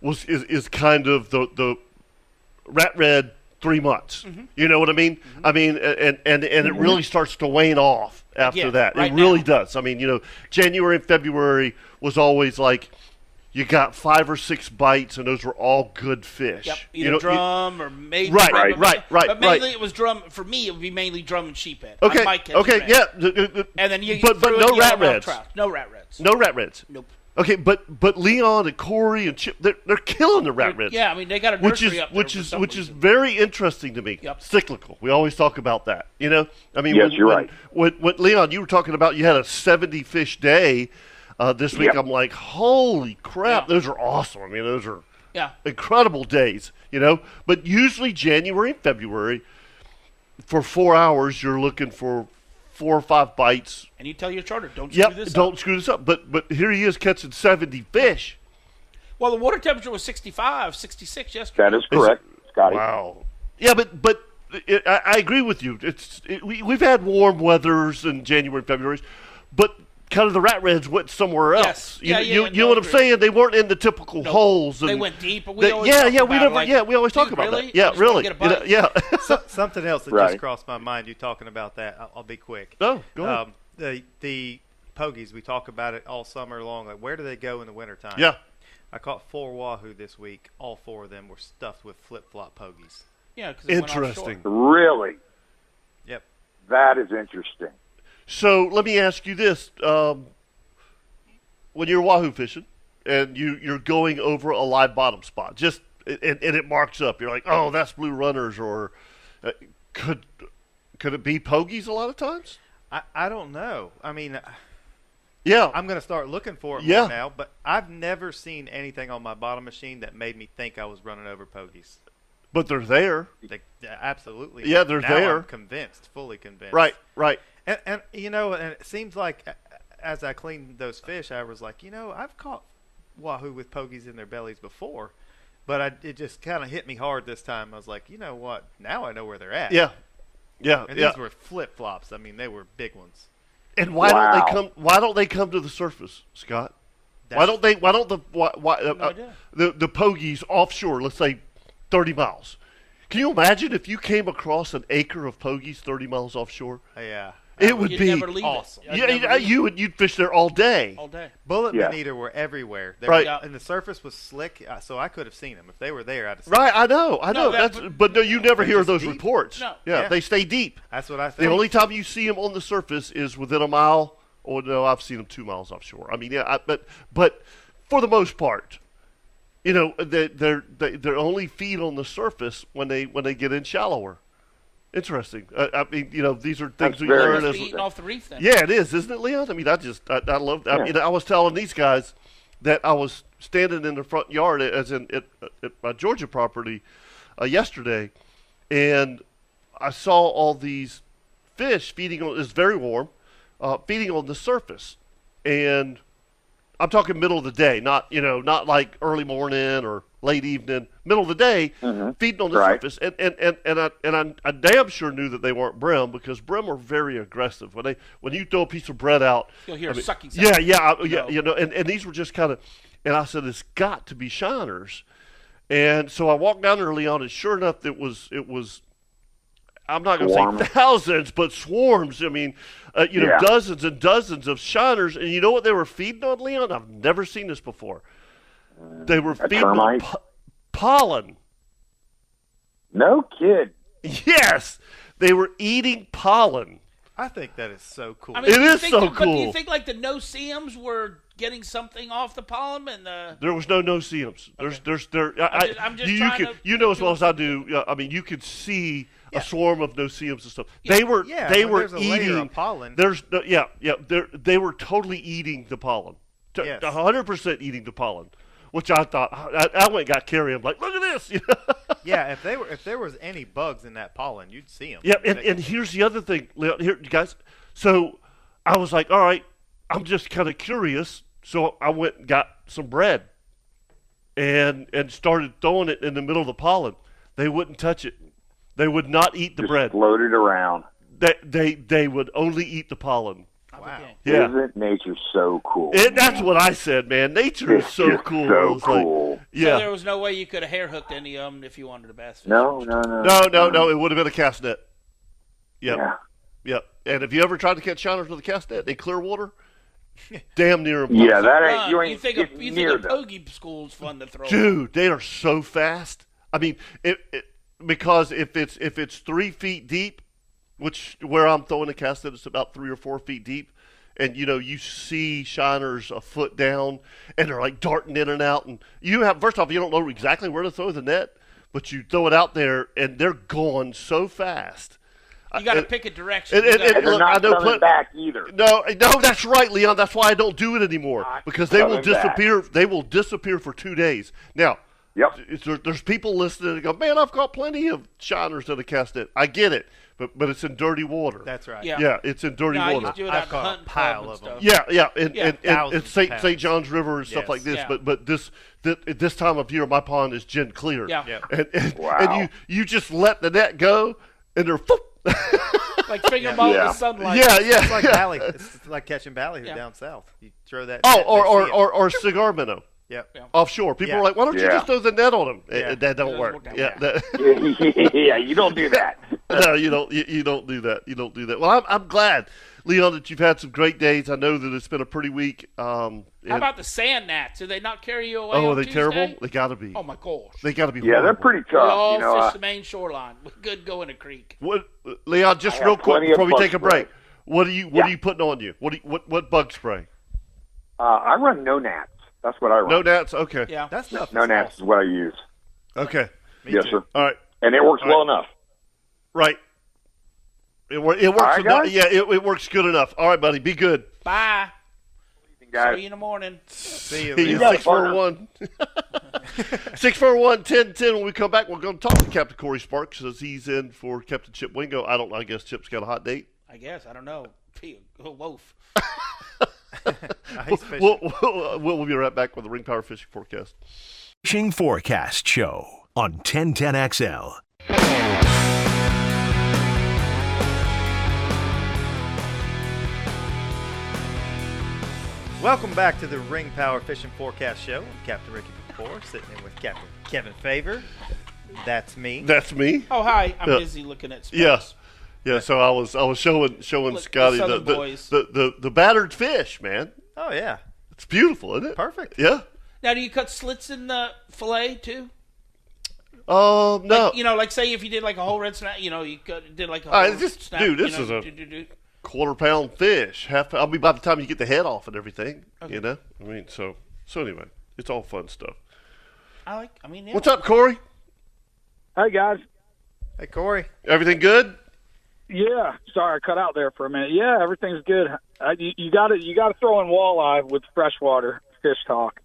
S7: was is, is kind of the the rat red three months.
S5: Mm-hmm.
S7: You know what I mean? I mean, a- and and and it really starts to wane off after
S5: Yeah,
S7: that.
S5: Mm-hmm. right
S7: it really
S5: now.
S7: does. I mean, you know, January and February was always like. You got five or six bites, and those were all good fish.
S5: Yep,
S7: You
S5: either
S7: know, you-
S5: drum or maybe
S7: Right,
S5: but-
S7: right, right, right,
S5: But mainly
S7: right.
S5: it was drum. For me, it would be mainly drum and sheephead. I
S7: Okay.
S5: might catch a
S7: okay.
S5: rat.
S7: Yeah. th- th- th-
S5: And then you
S7: but but
S5: threw
S7: no
S5: in
S7: rat
S5: yellow
S7: reds.
S5: trout. No rat reds.
S7: No rat reds.
S5: Nope.
S7: Okay, but but Leon and Corey and Chip, they're, they're killing the rat reds.
S5: Yeah, I mean they got a
S7: Which
S5: nursery
S7: is
S5: up there
S7: which
S5: for
S7: is
S5: some
S7: which is
S5: reason.
S7: very interesting to me.
S5: Yep.
S7: Cyclical. We always talk about that. You know. I mean.
S2: Yes,
S7: when,
S2: you're
S7: when-
S2: right.
S7: When, when Leon, you were talking about you had a 70 fish day uh, this week.
S2: Yep.
S7: I'm like, holy crap!
S5: Yeah.
S7: Those are awesome. I mean, those are
S5: yeah.
S7: incredible days, you know. But usually January and February, for four hours, you're looking for four or five bites.
S5: And you tell your charter, don't screw
S7: Yep,
S5: this
S7: don't
S5: up.
S7: screw this up. But but here he is catching seventy fish.
S5: Well, the water temperature was 65, 66 yesterday.
S2: That is correct, Scotty.
S7: Wow. Yeah, but but it, I, I agree with you. It's it, we we've had warm weathers in January and February's, but. Kind of the rat reds went somewhere else.
S5: Yes.
S7: You,
S5: Yeah,
S7: you,
S5: yeah,
S7: you
S5: yeah,
S7: know
S5: no,
S7: what I'm
S5: I agree.
S7: saying? They weren't in the typical
S5: No,
S7: holes.
S5: they
S7: and
S5: went deep, but we
S7: they-
S5: always
S7: yeah,
S5: talk
S7: yeah, we
S5: about,
S7: never,
S5: like,
S7: yeah, we always talk
S5: dude,
S7: about
S5: really?
S7: that. Yeah,
S5: I just wanna
S7: really,
S5: get a
S7: You know,
S5: bite.
S7: yeah.
S6: So, something else that
S2: Right.
S6: just crossed my mind. You talking about that? I'll, I'll be quick.
S7: No, go ahead.
S6: Um, the the pogies we talk about it all summer long. Like where do they go in the wintertime?
S7: Yeah.
S6: I caught four wahoo this week. All four of them were stuffed with flip flop pogies.
S5: Yeah, 'cause it went offshore.
S7: Interesting.
S2: Really,
S6: Yep.
S2: that is interesting.
S7: So let me ask you this: um, when you're wahoo fishing and you you're going over a live bottom spot, just and, and it marks up, you're like, oh, that's blue runners, or uh, could could it be pogies a lot of times?
S6: I, I don't know. I mean,
S7: Yeah,
S6: I'm going to start looking for it
S7: Yeah.
S6: more now, but I've never seen anything on my bottom machine that made me think I was running over pogies.
S7: but they're there.
S6: They, they- absolutely.
S7: Yeah, they're
S6: Now I'm
S7: there.
S6: convinced, fully convinced.
S7: Right, right.
S6: And, and you know, and it seems like a- as I cleaned those fish, I was like, you know, I've caught wahoo with pogies in their bellies before, but I, it just kind of hit me hard this time. I was like, you know what? Now I know where they're at.
S7: Yeah, yeah,
S6: And
S7: yeah.
S6: these were flip flops. I mean, they were big ones.
S7: and why
S2: Wow.
S7: don't they come? Why don't they come to the surface, Scott? why
S6: That's-
S7: don't they? Why don't the why, why, uh, uh,
S5: idea.
S7: the the pogies offshore? Let's say thirty miles. Can you imagine if you came across an acre of pogies thirty miles offshore?
S6: Yeah.
S7: It would
S5: You'd
S7: be
S5: never leave it.
S6: awesome.
S5: I'd
S7: Yeah,
S5: never
S7: you,
S5: leave it
S7: you would you'd fish there all day.
S5: all day.
S6: Bullet
S2: Yeah.
S6: bonita were everywhere. They
S7: Right.
S6: were- and the surface was slick, uh, so I could have seen them if they were there. I'd have seen
S7: Right, I know, I know.
S5: No, that-
S7: that's but no, you never hear
S6: just
S7: those
S6: deep.
S7: reports.
S5: No.
S7: Yeah,
S6: Yeah.
S7: they stay deep.
S6: That's what I
S7: The
S6: think.
S7: only time you see them on the surface is within a mile. Or no, I've seen them two miles offshore. I mean, yeah, I, but but for the most part, you know, they they're they, they're only feed on the surface when they when they get in shallower. Interesting. I, I mean, you know, these are things
S2: That's
S7: we
S2: very
S7: learn
S5: Must
S7: as
S5: be eating off the reef then.
S7: Yeah, it is, isn't it, Leon? I mean, I just, I, I love. I,
S2: Yeah.
S7: mean, I was telling these guys that I was standing in the front yard, as in at, at my Georgia property, uh, yesterday, and I saw all these fish feeding on. It's very warm, uh, feeding on the surface, and I'm talking middle of the day, not you know, not like early morning or late evening, middle of the day, feeding on the
S2: Right.
S7: surface. And and and and I and I, I damn sure knew that they weren't brim because brim are very aggressive. When they when you throw a piece of bread out,
S5: You'll hear
S7: I
S5: a sucking sound.
S7: Yeah, yeah, I- yeah,
S5: No.
S7: you know. And, and these were just kind of, and I said it's got to be shiners, And so I walked down there, Leon, and sure enough, it was it was. I'm not going
S2: Swarm.
S7: to say thousands, but swarms. I mean, uh, you know,
S2: Yeah.
S7: dozens and dozens of shiners. And you know what they were feeding on, Leon? I've never seen this before. They were feeding on
S2: termite?
S7: po- pollen.
S2: No kid.
S7: Yes, they were eating pollen.
S6: I think that is so cool.
S5: I mean,
S7: It
S5: do you
S7: is
S5: think,
S7: so
S5: but Do
S7: cool.
S5: you think like the no seams were getting something off the pollen and the?
S7: There was no no seams. There's there's there. I, I,
S5: just- I'm just
S7: you, you
S5: trying
S7: can
S5: to-
S7: you know as well as I do. uh, I mean, you could see a swarm of no seams and stuff. They were
S6: Yeah,
S7: they
S6: when
S7: were
S6: there's a layer of
S7: eating
S6: pollen.
S7: There's no, yeah yeah. they're- They were totally eating the pollen.
S6: Yes.
S7: hundred percent eating the pollen, which I thought I, I went and got Carrie. I'm like, look at this. you know?
S6: yeah, if they were, if there was any bugs in that pollen, you'd see them.
S7: Yeah, and, and here's the other thing, Leon, here you guys. So I was like, all right, I'm just kind of curious, so I went and got some bread, and and started throwing it in the middle of the pollen. They wouldn't touch it. They would not eat the
S2: Just
S7: bread.
S2: floated around.
S7: They, they they would only eat the pollen.
S6: wow.
S7: Yeah,
S2: Isn't nature so cool?
S7: and that's what I said, man. Nature is
S2: It's
S7: so
S2: just
S7: cool. I
S2: So
S7: was like,
S2: cool.
S5: So
S7: yeah.
S5: there was no way you could have hair hooked any of them if you wanted to bass fish.
S2: no, no, no,
S7: no, no, no. It would have been a cast net. Yep.
S2: Yeah.
S7: Yep. And if you ever tried to catch shiners with a cast net in clear water, damn near impossible.
S2: Yeah, that ain't,
S5: Run.
S2: you ain't
S5: think
S2: getting
S5: a, Uh, you
S2: near
S5: think a
S2: them.
S5: pogie school's fun to throw?
S7: dude they are so fast i mean it, it because if it's if it's three feet deep which where i'm throwing the cast net, it's about three or four feet deep and you know you see shiners a foot down and they're like darting in and out and you have first off you don't know exactly where to throw the net but you throw it out there and they're going so fast
S5: You got to
S7: And-
S5: pick a direction.
S7: and-
S5: You
S7: and-
S5: gotta-
S2: And they're
S7: Look, I
S2: not
S7: know
S2: coming
S7: plenty-
S2: back either.
S7: no, no, that's right, Leon. That's why I don't do it anymore because they will
S2: coming back.
S7: disappear. They will disappear for two days. Now,
S2: Yep.
S7: it's- there- there's people listening and go, "Man, I've caught plenty of shiners that have cast it." I get it, but but it's in dirty water.
S6: That's right.
S5: yeah.
S7: yeah, it's in dirty
S5: No, I
S7: water.
S5: used to do it
S6: I've
S5: out in
S6: caught a
S5: hunting club
S6: pile
S5: and
S6: of 'em.
S5: stuff.
S7: Yeah, yeah, and
S5: Yeah,
S7: and, and
S6: thousands
S7: it's St.
S6: of
S7: St. John's River and stuff
S6: Yes.
S7: like this,
S5: Yeah.
S7: but but this th- at this time of year, my pond is gin clear.
S5: Yeah. Yeah.
S7: and and,
S2: Wow.
S7: and you you just let the net go, and they're
S5: Like finger ball in
S2: Yeah.
S5: the sunlight.
S7: yeah, yeah,
S6: It's like
S7: yeah.
S6: Bally. It's like catching Bally here
S5: Yeah.
S6: down south. You throw that.
S7: Oh,
S6: net,
S7: or
S6: they
S7: or,
S6: see it.
S7: or, or cigar minnow.
S6: Yep.
S5: Yeah.
S7: offshore. People
S6: Yeah.
S7: are like, why don't you
S2: Yeah.
S7: just throw the net on them?
S6: Yeah.
S7: that don't
S5: It doesn't
S7: work.
S5: work that
S7: yeah, that-
S2: yeah, you don't do that.
S7: no, you don't. You, you don't do that. You don't do that. Well, I'm, I'm glad, Leon, that you've had some great days. I know that it's been a pretty week. Um,
S5: How
S7: and-
S5: about the sand gnats? Do they not carry you away?
S7: oh, are
S5: on
S7: they
S5: Tuesday?
S7: terrible? They gotta be.
S5: Oh my gosh.
S7: They gotta be.
S2: Yeah, they're
S7: horrible.
S2: pretty
S5: we
S2: tough.
S5: all
S2: You know,
S5: fish
S2: uh,
S5: the main shoreline. We could go in a creek.
S7: What, Leon? Just
S2: I
S7: real
S2: have
S7: quick
S2: plenty of
S7: before we
S2: bug
S7: take a
S2: spray.
S7: break. What are you? What
S2: Yeah.
S7: are you putting on you? What? Do you, what? What bug spray?
S2: uh, I run no nats. That's what I run.
S7: No gnats. Okay.
S5: Yeah.
S6: That's nothing.
S2: No nats is what I use.
S7: Okay.
S2: yes, sir.
S7: All right.
S2: And it works
S7: All right.
S2: well enough.
S7: Right. It, wor- it works.
S2: right,
S7: enough-
S2: guys?
S7: Yeah. It, it works good enough. All right, buddy. Be good.
S5: Bye. See
S2: Guys,
S5: you in the morning.
S6: See you
S7: He
S6: later.
S7: is
S2: got a
S7: 641. 641 1010. When we come back, we're going to talk to Captain Corey Sparks as he's in for Captain Chip Wingo. I don't know. I guess Chip's got a hot date.
S5: I guess. I don't know. Phew, oh, Wolf.
S6: He's fishing.
S7: We'll, we'll, uh, we'll be right back with the Ring Power Fishing Forecast.
S4: Fishing Forecast Show on 1010XL.
S6: Welcome back to the Ring Power Fishing Forecast Show. I'm Captain Ricky Before sitting in with Captain Kevin Favor. That's me.
S7: That's me.
S5: Oh, hi. I'm
S7: Yeah.
S5: busy looking at space.
S7: Yes. Yeah. so I was I was showing showing
S5: Look,
S7: Scotty the
S5: Southern
S7: the,
S5: boys.
S7: the, the the battered fish, man.
S6: Oh yeah.
S7: It's beautiful, isn't it?
S6: Perfect.
S7: Yeah.
S5: Now, do you cut slits in the fillet, too?
S7: Um. No.
S5: You know, like say if you did like a whole red snap, you know, you cut, did like a whole
S7: right, Uh, this-
S5: snap.
S7: dude,
S5: you
S7: this
S5: know,
S7: is a-
S5: do, do, do.
S7: quarter pound fish. Half. I mean, by the time you get the head off and everything, you know. I mean, so so anyway, it's all fun stuff.
S5: I like, I mean, yeah.
S7: What's up, Corey?
S9: Hey guys,
S6: Hey Corey.
S7: Everything good?
S9: yeah, sorry I cut out there for a minute. Yeah, everything's good. Uh, you you got to you got to throw in walleye with freshwater fish talk.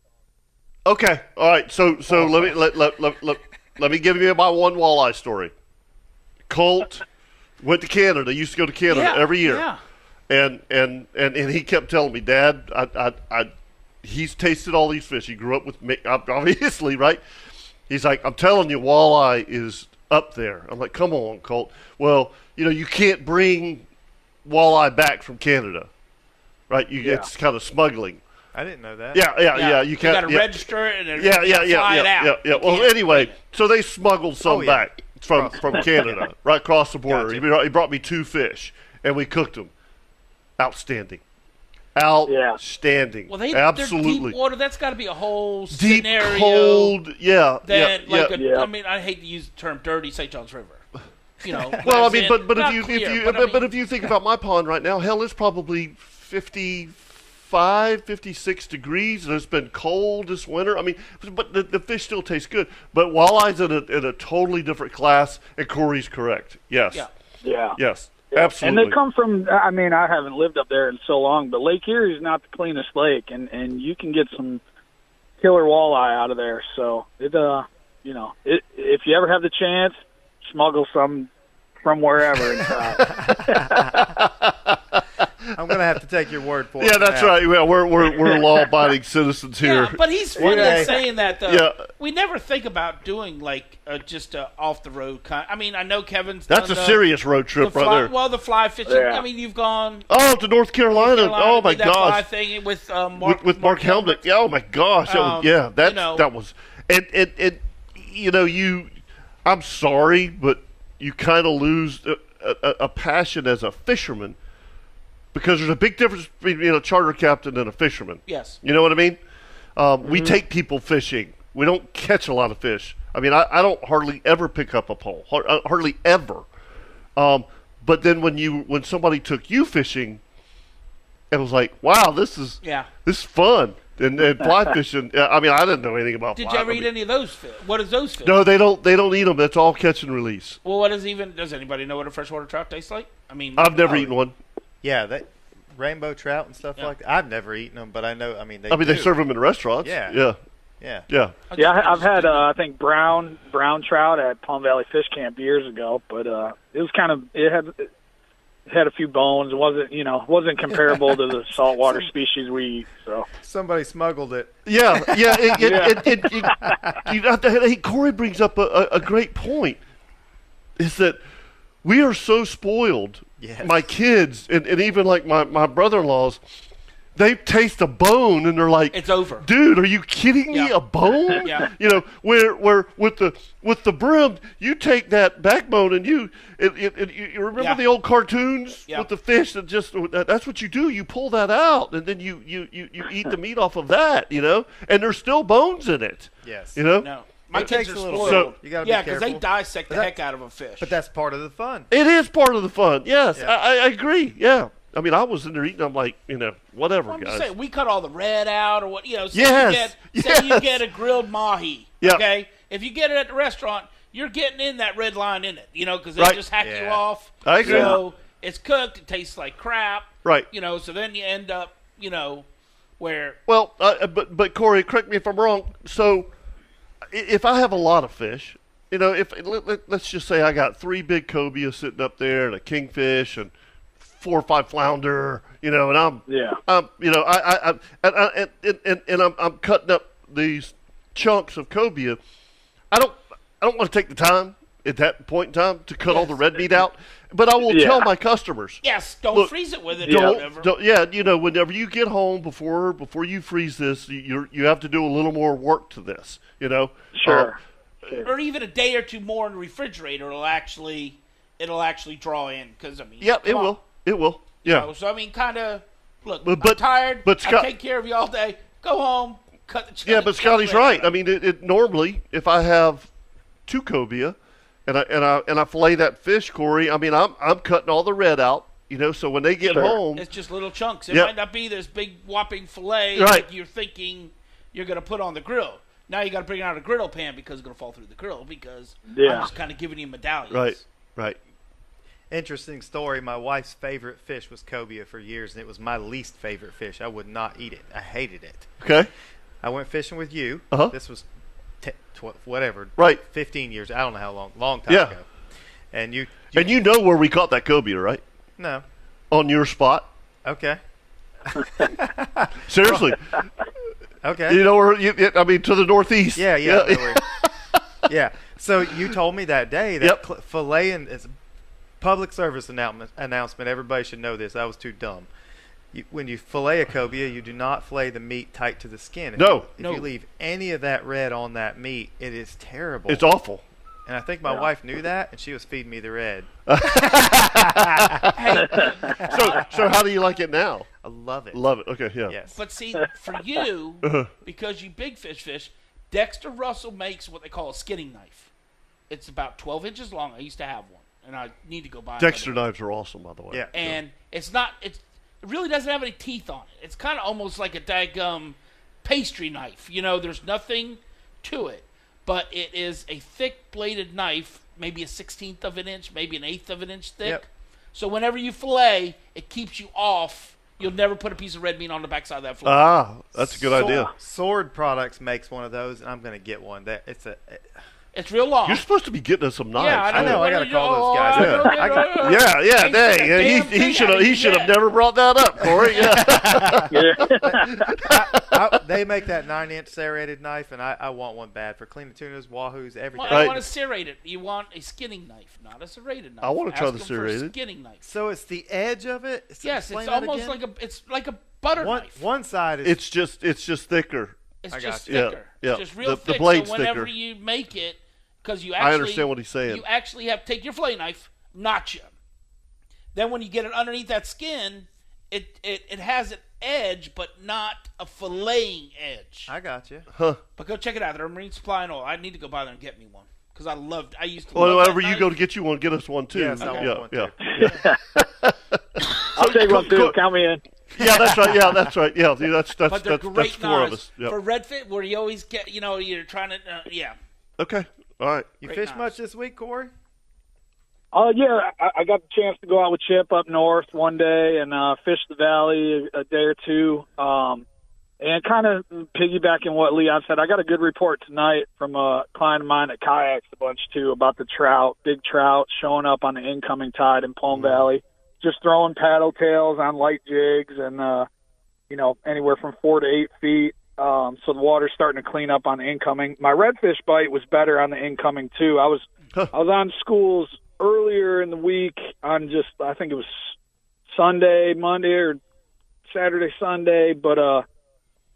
S7: Okay. All right. So so let me let let let, let, let me give you my one walleye story. Colt went to Canada. Used to go to Canada
S5: Yeah,
S7: every year.
S5: Yeah.
S7: and and and, and he kept telling me, Dad, I, I, I, he's tasted all these fish. He grew up with me, ob- obviously, right? He's like, I'm telling you, walleye is up there. I'm like, come on, Colt. Well, you know, you can't bring walleye back from Canada, right? You, It's kind of smuggling.
S6: I didn't know that.
S7: Yeah, Uh, yeah, yeah. You can't.
S5: got to
S7: yeah.
S5: register it and then
S7: Yeah, yeah, yeah,
S5: fly
S7: yeah,
S5: it out.
S7: yeah, yeah.
S5: You
S7: Well,
S5: can't- Oh,
S7: anyway, so they smuggled some
S6: yeah.
S7: back from from Canada, right across the border. He,
S6: Gotcha.
S7: brought, he brought me two fish, and we cooked them. Outstanding, outstanding.
S5: Well, they they're
S7: absolutely
S5: deep water. That's got to be a whole
S7: Deep,
S5: scenario.
S7: cold. Yeah, yeah,
S5: That like
S7: yeah.
S5: a I
S9: Yeah.
S5: mean, I hate to use the term "dirty" St. John's River. You know.
S7: well, I
S5: whereas
S7: mean,
S5: in-
S7: but but if
S5: not
S7: you
S5: clear,
S7: if you
S5: but,
S7: but,
S5: I mean,
S7: but if you think about my pond right now, hell, it's probably 55, 56 degrees, and it's been cold this winter. I mean, but the, the fish still tastes good. But walleye's in a in a totally different class, and Corey's correct. Yes,
S5: Yeah.
S9: Yeah.
S7: yes, absolutely.
S9: And they come from. I mean, I haven't lived up there in so long, but Lake Erie is not the cleanest lake, and and you can get some killer walleye out of there. So it, uh, you know, it, if you ever have the chance, smuggle some from wherever and try.
S6: I'm gonna have to take your word for it.
S7: yeah, that's
S6: now.
S7: right. Yeah, we're we're, we're law abiding citizens here.
S5: yeah, but he's fun
S6: Yeah.
S5: saying that though.
S7: Yeah.
S5: We never think about doing like uh, just a off the road kind. I mean, I know Kevin's.
S7: that's a
S5: done the-
S7: serious road
S5: the
S7: trip
S5: fly,
S7: right there.
S5: Well, the fly fishing.
S9: Yeah.
S5: I mean, you've gone.
S7: oh, to North Carolina.
S5: Carolina,
S7: oh my
S5: did that fly
S7: gosh.
S5: thing with uh, Mark
S7: with, with Mark, Helmut. Yeah, oh my gosh, that was-
S5: Um,
S7: yeah, that
S5: you know-
S7: that was, and, and and you know you, I'm sorry, but you kind of lose a, a, a passion as a fisherman because there's a big difference between being a charter captain and a fisherman.
S5: Yes.
S7: You know what I mean? Um,
S5: Mm-hmm.
S7: We take people fishing. We don't catch a lot of fish. I mean, I, I don't hardly ever pick up a pole. Har- uh, Hardly ever. Um, but then when you when somebody took you fishing, it was like, wow, this is
S5: Yeah.
S7: this is fun. And, and fly fishing. uh, I mean, I didn't know anything about.
S5: Did
S7: fly.
S5: you ever
S7: I
S5: eat
S7: mean-
S5: any of those fish? What is those fish?
S7: No, they don't. They don't eat them. That's all catch and release.
S5: Well, what is even? Does anybody know what a freshwater trout tastes like? I mean,
S7: I've never eaten one.
S6: Yeah, that rainbow trout and stuff like that. I've never eaten them, but I know. I mean, they.
S7: I mean, they
S6: do.
S7: serve them in restaurants.
S6: Yeah.
S7: yeah,
S6: Yeah.
S7: yeah.
S9: yeah, I- I've had uh, I think brown brown trout at Palm Valley Fish Camp years ago, but uh, it was kind of it had. It, had a few bones. It wasn't you know wasn't comparable to the saltwater species we eat. So
S6: Somebody smuggled it.
S7: Yeah, yeah. It, it,
S9: Yeah.
S7: It, it, it, you have to, hey, Corey brings up a, a, a great point. Is that we are so spoiled.
S6: Yes.
S7: My kids and, and even like my, my brother in laws, they taste a bone and they're like,
S5: It's over.
S7: dude. Are you kidding me?
S5: Yeah.
S7: A bone?
S5: Yeah.
S7: You know, where where with the with the brim, you take that backbone and you it, it, it, you you remember
S5: Yeah.
S7: the old cartoons
S5: Yeah.
S7: with the fish that just that- that's what you do. You pull that out and then you you you, you eat the meat off of that. You know, and there's still bones in it.
S6: Yes.
S7: You know.
S5: No, my
S6: It
S5: kids
S6: takes
S5: are
S6: a little
S5: spoiled.
S7: So-
S6: You gotta be
S5: yeah, because they
S6: careful.
S5: dissect the
S6: But that-
S5: heck out of a fish.
S6: But that's part of the fun.
S7: It is part of the fun. Yes,
S6: Yeah.
S7: I, I I agree. Yeah. I mean, I was in there eating. I'm like, you know, whatever,
S5: I'm
S7: guys.
S5: just saying, we cut all the red out or what, you know. Say
S7: Yes,
S5: you get, Say you
S7: yes.
S5: get a grilled mahi,
S7: Yeah.
S5: okay? If you get it at the restaurant, you're getting in that red line in it, you know, because they
S7: Right.
S5: just hack you
S6: Yeah.
S5: off.
S7: I agree.
S5: So it's cooked, it tastes like crap.
S7: Right.
S5: You know, so then you end up, you know, where,
S7: Well, uh, but but Corey, correct me if I'm wrong. So, i- if I have a lot of fish, you know, if let, let, us just say I got three big cobia sitting up there and a kingfish and four or five flounder, you know, and I'm
S9: Yeah.
S7: I'm you know I I, I and, I- and, and and and I'm I'm cutting up these chunks of cobia. I don't I don't want to take the time at that point in time to cut all the red meat out, but I will
S9: Yeah.
S7: tell my customers
S5: yes, don't
S7: Look,
S5: freeze it with it or whatever.
S7: don't, don't- yeah, you know, whenever you get home before before you freeze this, you you're- you have to do a little more work to this, you know.
S9: sure.
S7: Uh,
S5: or even a day or two more in the refrigerator will actually, it'll actually draw in because, I mean,
S7: yep, it
S5: come on.
S7: will. It will. Yeah.
S5: So I mean, kind of. Look,
S7: But-
S5: I'm
S7: but-
S5: tired.
S7: but Scott-
S5: I take care of you all day. Go home. Cut the.
S7: yeah, but Scotty's right. I mean, it, it normally if I have two cobia, and I and I and I fillet that fish, Corey. I mean, I'm I'm cutting all the red out, you know. So when they get
S9: Sure.
S7: home,
S5: It's just little chunks. It
S7: Yeah.
S5: might not be this big whopping fillet
S7: Right.
S5: like you're thinking you're going to put on the grill. Now you got to bring out a griddle pan because it's going to fall through the grill because
S9: Yeah.
S5: I'm just kind of giving you medallions.
S7: right, right.
S6: Interesting story. My wife's favorite fish was cobia for years, and it was my least favorite fish. I would not eat it. I hated it.
S7: Okay.
S6: I went fishing with you.
S7: Uh-huh.
S6: This was t- tw- whatever,
S7: Right.
S6: Fifteen years. I don't know how long. Long time
S7: Yeah.
S6: ago. And you, you
S7: And you know where we caught that cobia, right?
S6: no.
S7: On your spot.
S6: Okay.
S7: Seriously,
S6: Okay.
S7: you know where? You, it- I mean, to the northeast.
S6: Yeah, yeah, no worries. yeah. So you told me that day that
S7: Yep.
S6: cl- filleting is a public service announcement. Announcement. Everybody should know this. I was too dumb. you, when you fillet a cobia, you do not fillet the meat tight to the skin. If
S7: No.
S6: you- If you leave any of that red on that meat, it is terrible.
S7: It's awful.
S6: And I think my wife knew that, and she was feeding me the red.
S7: So, so how do you like it now?
S6: I love it.
S7: Love it. Okay, yeah.
S6: Yes.
S5: But see, for you,
S7: Uh-huh.
S5: because you big fish fish, Dexter Russell makes what they call a skinning knife. It's about 12 inches long. I used to have one, and I need to go buy another
S7: Dexter knives are awesome, by the way.
S6: Yeah.
S5: and it's not it's, it really doesn't have any teeth on it. It's kind of almost like a daggum pastry knife. You know, there's nothing to it, but it is a thick bladed knife, maybe a sixteenth of an inch, maybe an eighth of an inch thick.
S6: Yep.
S5: So whenever you fillet, it keeps you off. You'll never put a piece of red meat on the backside of that fillet.
S7: Ah, that's a good
S6: Sword-
S7: idea.
S6: Sword Products makes one of those, and I'm going to get one. That it's a.
S5: it's real long.
S7: You're supposed to be getting us some knives.
S5: yeah, I
S6: I
S5: know.
S6: know, I
S5: What
S6: gotta
S5: are you-
S6: call
S5: oh,
S6: those guys.
S5: I
S6: Yeah.
S5: don't know.
S6: I got-
S7: Yeah, yeah,
S5: He took
S7: dang.
S5: that
S7: Yeah,
S5: damn
S7: he, he
S5: thing
S7: should
S5: out
S7: have
S5: of
S7: he
S5: his
S7: should have
S5: head.
S7: never brought that up, Corey. Yeah.
S6: I, they make that nine-inch serrated knife, and I, I want one bad for cleaning tunas, wahoos, everything.
S5: Well, I
S7: Right.
S5: want a serrated. You want a skinning knife, not a serrated knife.
S7: I wanna try
S5: Ask
S7: the
S5: them for a
S7: serrated.
S5: skinning knife.
S6: So it's the edge of it. S-
S5: Yes,
S6: explain
S5: it's
S6: that
S5: almost
S6: again.
S5: like a it's like a butter
S6: one,
S5: knife.
S6: one side is
S7: It's just it's just thicker.
S5: it's
S6: I
S5: just
S7: got you. Yeah,
S5: thicker.
S7: yeah.
S5: It's just real
S7: The- the
S5: thick.
S7: blade's
S5: so whenever
S7: thicker.
S5: you make it, because you actually
S7: I understand what he's saying.
S5: You actually have take your fillet knife, notch it. Then when you get it underneath that skin, it it, it has an edge, but not a filleting edge.
S6: I got you.
S5: but go check it out. They're at Marine Supply and all. I need to go by there and get me one because I loved. I used to.
S7: Well,
S5: love that
S7: whenever you
S5: knife.
S7: go to get you one, get us one too.
S6: Yes, I want
S7: yeah,
S6: one
S7: yeah,
S6: too.
S7: yeah,
S9: I'll take one
S7: go-
S9: through. Count me in.
S7: yeah. That's right. Yeah, that's right. Yeah, dude, that's that's
S5: But they're
S7: that's,
S5: great
S7: that's four of
S5: knives.
S7: us. Yep.
S5: for redfin, where you always get, you know, you're trying to, uh, yeah.
S7: Okay. All right.
S6: You
S5: Great
S6: fish
S5: knives.
S6: much this week, Corey?
S9: Oh yeah, I, I got the chance to go out with Chip up north one day and uh, fish the valley a, a day or two, um, and kind of piggybacking what Leon said. I got a good report tonight from a client of mine that kayaks a bunch too about the trout, big trout showing up on the incoming tide in Palm Valley, just throwing paddle tails on light jigs and uh, you know anywhere from four to eight feet. Um, so the water's starting to clean up on the incoming. My redfish bite was better on the incoming too. I was I was on schools earlier in the week on just I think it was Sunday, Monday or Saturday, Sunday, but uh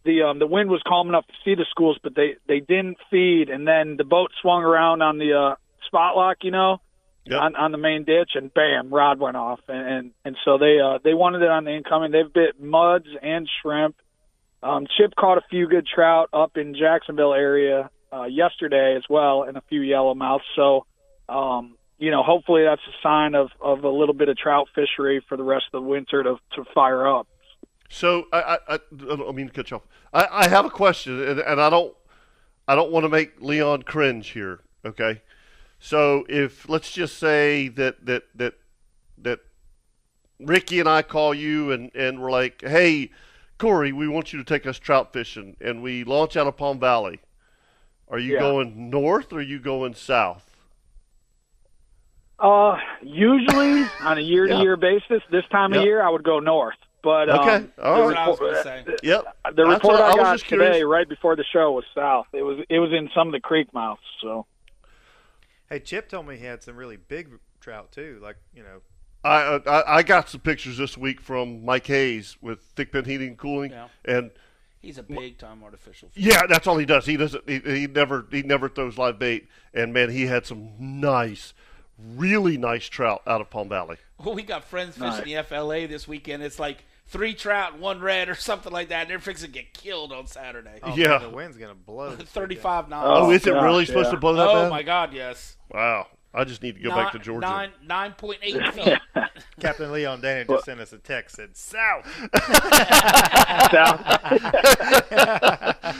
S9: the um the wind was calm enough to see the schools but they they didn't feed and then the boat swung around on the uh spot lock, you know,
S7: Yep.
S9: on on the main ditch and bam, rod went off and and, and so they uh they wanted it on the incoming. They've bit muds and shrimp. Um, Chip caught a few good trout up in Jacksonville area uh, yesterday as well, and a few yellowmouths. So, um, you know, hopefully that's a sign of, of a little bit of trout fishery for the rest of the winter to to fire up.
S7: So I I, I, I don't mean to cut you off. I, I have a question, and, and I don't I don't want to make Leon cringe here. Okay. So if let's just say that that that that Ricky and I call you and and we're like, hey, Corey, we want you to take us trout fishing, and we launch out of Palm Valley. Are you
S9: Yeah.
S7: going north or are you going south?
S9: Uh, usually on a year to year basis, this time
S7: Yeah.
S9: of year I would go north. But um,
S7: Okay.
S5: That's
S7: All right.
S5: what I was going to say.
S7: Yep.
S9: the
S7: That's
S9: report
S7: what-
S9: I,
S7: was
S9: got
S7: just curious.
S9: today, right before the show, was south. It was it was in some of the creek mouths. So
S6: Hey, Chip told me he had some really big trout too. Like you know,
S7: I, uh, I I got some pictures this week from Mike Hayes with Thick Pen Heating and Cooling,
S5: Yeah.
S7: and
S5: He's a big time artificial. Fish.
S7: yeah, that's all he does. He doesn't. He, he never. He never throws live bait. And man, he had some nice, really nice trout out of Palm Valley.
S5: Well, we got friends fishing the FLA this weekend. It's like three trout, and one red, or something like that. And they're fixing to get killed on Saturday.
S6: oh,
S7: Yeah.
S6: man, the wind's gonna blow. this weekend.
S5: 35 nine.
S7: Oh,
S9: Oh,
S7: is it
S9: gosh,
S7: really supposed
S9: yeah.
S7: to blow that
S5: Oh,
S7: bad?
S5: my God, yes.
S7: Wow. I just need to go back to Georgia.
S5: Nine, 9.8 feet.
S6: Captain Leon Danny just sent us a text said south.
S9: south,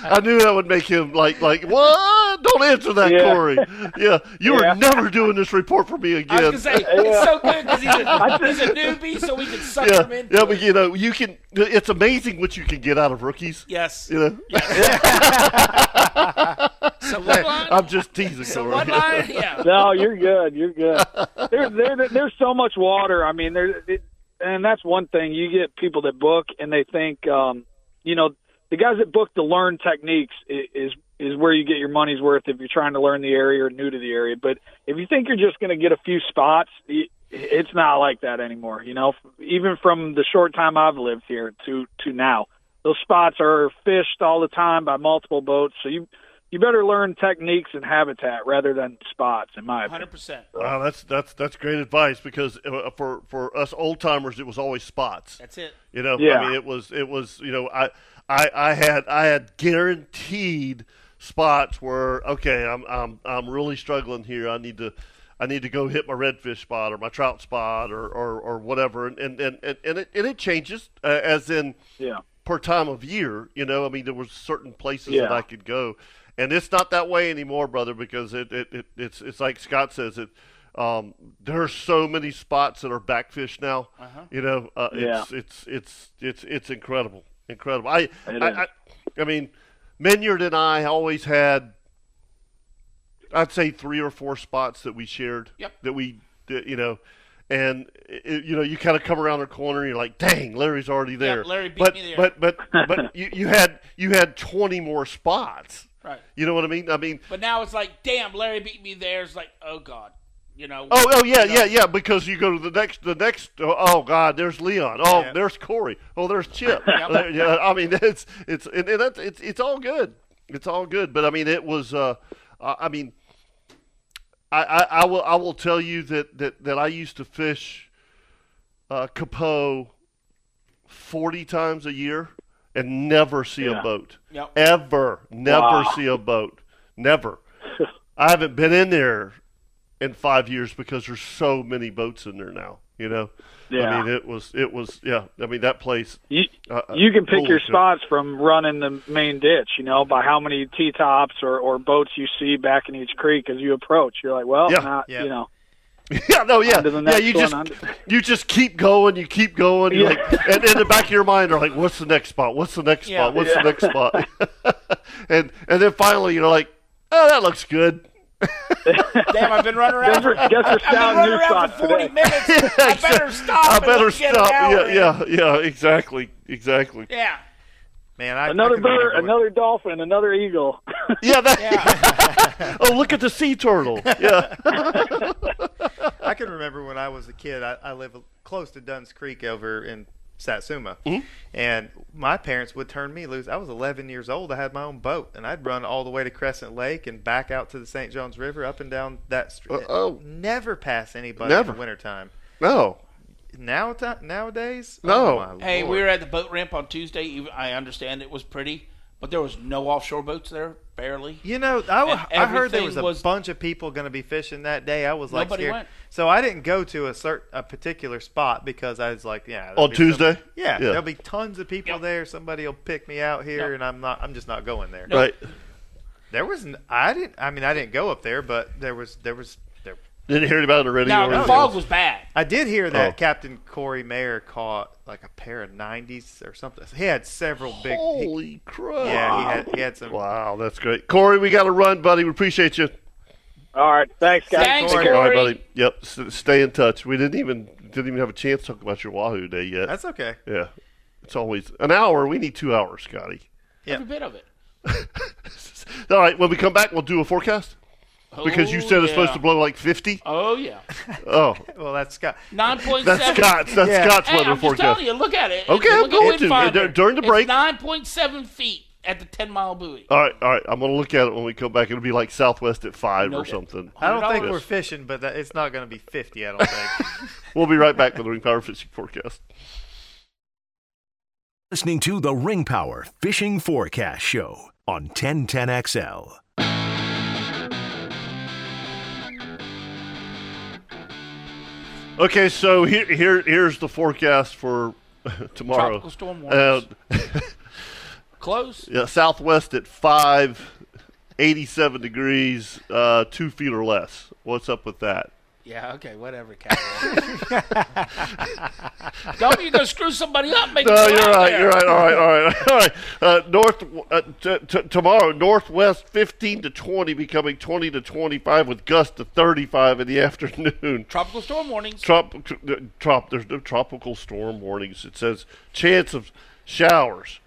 S7: I knew that would make him like like what? Don't answer that,
S9: Yeah.
S7: Corey. Yeah, you
S9: Yeah.
S7: are never doing this report for me again.
S5: I was going to say, it's so good because he's, a- he's a newbie, so we can suck him
S7: yeah,
S5: in.
S7: yeah, but you know, you can. It's amazing what you can get out of rookies.
S5: Yes.
S7: You know,
S5: So one line.
S7: I'm just teasing.
S5: so
S7: Corey.
S5: one line. Yeah.
S9: no, you're good. You're good. There, there, there's so much water. I mean, there, it, and that's one thing. You get people that book and they think, um, you know, the guys that book to learn techniques i- is is where you get your money's worth if you're trying to learn the area or new to the area. But if you think you're just going to get a few spots, you, it's not like that anymore. You know, even from the short time I've lived here to to now, those spots are fished all the time by multiple boats. So you you better learn techniques and habitat rather than spots, in my opinion.
S5: Hundred percent.
S7: Wow, that's that's that's great advice because uh, for for us old timers, it was always spots.
S5: That's it.
S7: You know, I
S9: Yeah.
S7: mean, it was it was you know, I I I had I had guaranteed spots where okay, I'm I'm I'm really struggling here. I need to. I need to go hit my redfish spot or my trout spot or, or, or whatever, and and, and, and, and, it, and it changes uh, as in
S9: Yeah.
S7: per time of year. You know, I mean, there were certain places that
S9: Yeah.
S7: I could go, and it's not that way anymore, brother. Because it, it, it it's it's like Scott says it. Um, there are so many spots that are backfish now.
S9: Uh-huh.
S7: You know, uh, it's, it's it's it's it's incredible, incredible. I
S9: It
S7: I, I
S9: is.
S7: I mean, Minyard and I always had. I'd say three or four spots that we shared.
S5: Yep.
S7: That we, that, you know, and it, you know, you kind of come around the corner, and you're like, "Dang, Larry's already there."
S5: Larry beat
S7: but,
S5: me there.
S7: But but but you, you had you had 20 more spots.
S5: Right.
S7: You know what I mean? I mean,
S5: But now it's like, damn, Larry beat me there. It's like, oh god, you know.
S7: oh oh yeah
S5: you know,
S7: yeah yeah because you go to the next the next oh, oh, God there's Leon oh
S6: Yeah.
S7: there's Corey oh there's Chip
S5: Yep.
S7: There- yeah I mean it's it's and, and that's, it's it's all good it's all good but I mean it was uh I I mean I, I, I will I will tell you that that that I used to fish uh, Capo 40 times a year and never see a
S9: Yeah.
S7: boat.
S5: Yep.
S7: Ever. Never
S9: Wow.
S7: see a boat. Never. I haven't been in there in five years because there's so many boats in there now. You know, I
S9: Yeah.
S7: mean, it was, it was, yeah. I mean, that place.
S9: You
S7: Uh,
S9: you can pick
S7: holy
S9: your
S7: shit.
S9: spots from running the main ditch, you know, by how many T tops or, or boats you see back in each creek as you approach. You're like, well,
S7: Yeah.
S9: not,
S6: Yeah.
S9: you know,
S7: Yeah, no, yeah,
S9: On to the
S7: yeah.
S9: next
S7: You
S9: one,
S7: just,
S9: on to-
S7: you just keep going, you keep going. You're
S9: Yeah.
S7: like, and in the back of your mind, are like, what's the next spot? What's the next
S5: Yeah.
S7: spot? What's the next spot? and and then finally, you're like, oh, that looks good.
S5: Damn, I've been running around.
S9: guess we're, guess we're
S5: I've been
S9: scouting
S5: running
S9: new
S5: around
S9: spots
S5: for 40
S9: today.
S5: minutes. I better stop.
S7: I
S5: and
S7: better
S5: let's get an
S7: stop.
S5: hour
S7: Yeah,
S5: in.
S7: yeah, yeah. Exactly, exactly.
S5: Yeah.
S6: Man, I, I
S9: Another
S6: couldn't
S9: bird,
S6: remember what-
S9: another dolphin, another eagle.
S7: Yeah, that.
S5: Yeah.
S7: Oh, look at the sea turtle. Yeah.
S6: I can remember when I was a kid. I, I live close to Dunn's Creek over in Satsuma,
S7: Mm-hmm.
S6: and my parents would turn me loose. I was 11 years old. I had my own boat, and I'd run all the way to Crescent Lake and back out to the St. Johns River, up and down that street.
S7: Uh-oh.
S6: Never pass anybody
S7: Never.
S6: in the wintertime.
S7: No.
S6: Now, ti- nowadays,
S7: No.
S6: Oh, my
S5: Hey,
S6: Lord.
S5: we were at the boat ramp on Tuesday. Even- I understand it was pretty, but there was no offshore boats there, barely.
S6: You know, I, w-
S5: And
S6: I heard there
S5: everything
S6: was a
S5: was-
S6: bunch of people going to be fishing that day. I was like
S5: Nobody
S6: scared.
S5: went.
S6: So I didn't go to a cert- a particular spot because I was like, yeah. there'll
S7: On
S6: be some-
S7: Tuesday?
S6: yeah,
S7: Yeah.
S6: there'll be tons of people
S5: Yep.
S6: there. Somebody'll pick me out here,
S5: Yep.
S6: and I'm not. I'm just not going there.
S7: Right.
S6: There was. N- I didn't. I mean, I didn't go up there, but there was. There was. There.
S7: Didn't hear about it already.
S5: Now,
S7: or
S5: the
S7: anything
S5: fog
S7: else?
S5: was bad.
S6: I did hear that
S7: Oh.
S6: Captain Corey Mayer caught like a pair of nineties or something. He had several big. he-
S7: Holy crap!
S6: yeah, he had. He had some.
S7: Wow, that's great, Corey. We got to run, buddy. We appreciate you.
S9: All right, thanks, guys.
S5: Thanks,
S6: Corey.
S5: Corey.
S7: All right, buddy. Yep. S- stay in touch. We didn't even didn't even have a chance to talk about your Wahoo day yet.
S6: That's okay.
S7: yeah. It's always an hour. We need two hours, Scotty.
S5: Every bit of it.
S7: All right. When we come back, we'll do a forecast because you
S5: Oh,
S7: said
S5: yeah.
S7: it's supposed to blow like fifty.
S5: Oh, yeah.
S7: Oh,
S6: Well, that's Scott.
S5: 9.7.
S7: that's Scott's. That's
S6: Yeah.
S7: Scott's
S5: Hey,
S7: weather
S5: I'm just
S7: forecast.
S5: telling you, look at it.
S7: Okay, I'm
S5: look at
S7: going
S5: Windfinder.
S7: to. Dur- during the break.
S5: It's 9.7 feet at the 10 mile buoy.
S7: All right, all right. I'm gonna look at it when we come back. It'll be like Southwest at five or
S5: Nope.
S7: something.
S6: I don't think
S5: $100.
S6: we're fishing, but that, it's not going to be fifty. I don't think.
S7: We'll be right back with the Ring Power Fishing Forecast.
S4: Listening to the Ring Power Fishing Forecast Show on 1010XL.
S7: Okay, so here, here here's the forecast for tomorrow.
S5: Tropical storm
S7: Uh,
S5: warnings. Close.
S7: yeah, southwest at five, 87 degrees, uh, two feet or less. What's up with that?
S5: Yeah, okay, whatever, Captain. Don't you go screw somebody up? Make
S7: No,
S5: them go
S7: Oh, you're
S5: out
S7: right.
S5: there.
S7: You're right. All right. All right. All right. Uh, north uh, t- t- tomorrow, northwest 15 to 20, becoming 20 to 25 with gusts to 35 in the afternoon.
S5: Tropical storm warnings.
S7: Trop, tr- uh, trop, there's no tropical storm warnings. It says chance of showers.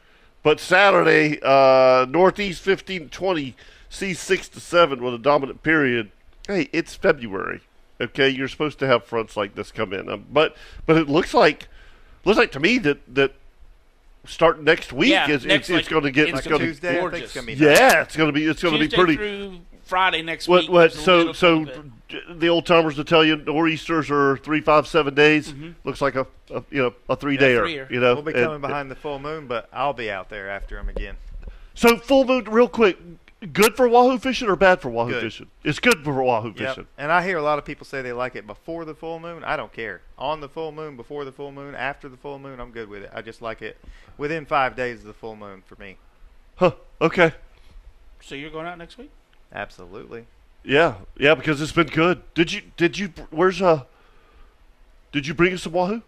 S7: But Saturday, uh, northeast 15 to 20, seas 6 to 7 with a dominant period. Hey, it's February. Okay, you're supposed to have fronts like this come in, um, but but it looks like looks like to me that that starting next week
S5: Yeah,
S7: is
S5: next,
S7: it's, it's
S5: like,
S7: going to get
S5: it's
S7: it's
S5: a
S7: going to
S6: Tuesday, I think
S5: gorgeous.
S6: it's gonna be. nice.
S7: yeah, it's going to be it's going to be
S5: Tuesday
S7: pretty.
S5: through Friday next
S7: What
S5: week.
S7: what?
S5: is a
S7: So
S5: little
S7: so
S5: bit.
S7: the old timers will tell you nor'easters are three five seven days.
S5: Mm-hmm.
S7: Looks like a, a you know a three day
S5: three-er.
S7: you know.
S6: We'll be
S7: and-
S6: coming behind the full moon, but I'll be out there after him again.
S7: So full moon, real quick. Good for wahoo fishing or bad for wahoo
S6: Good.
S7: fishing? It's good for wahoo
S6: Yep.
S7: fishing.
S6: And I hear a lot of people say they like it before the full moon. I don't care. On the full moon, before the full moon, after the full moon, I'm good with it. I just like it within five days of the full moon for me.
S7: Huh? Okay.
S5: so you're going out next week?
S6: Absolutely.
S7: Yeah, yeah, because it's been good. Did you? Did you? Where's uh? Did you bring us some wahoo?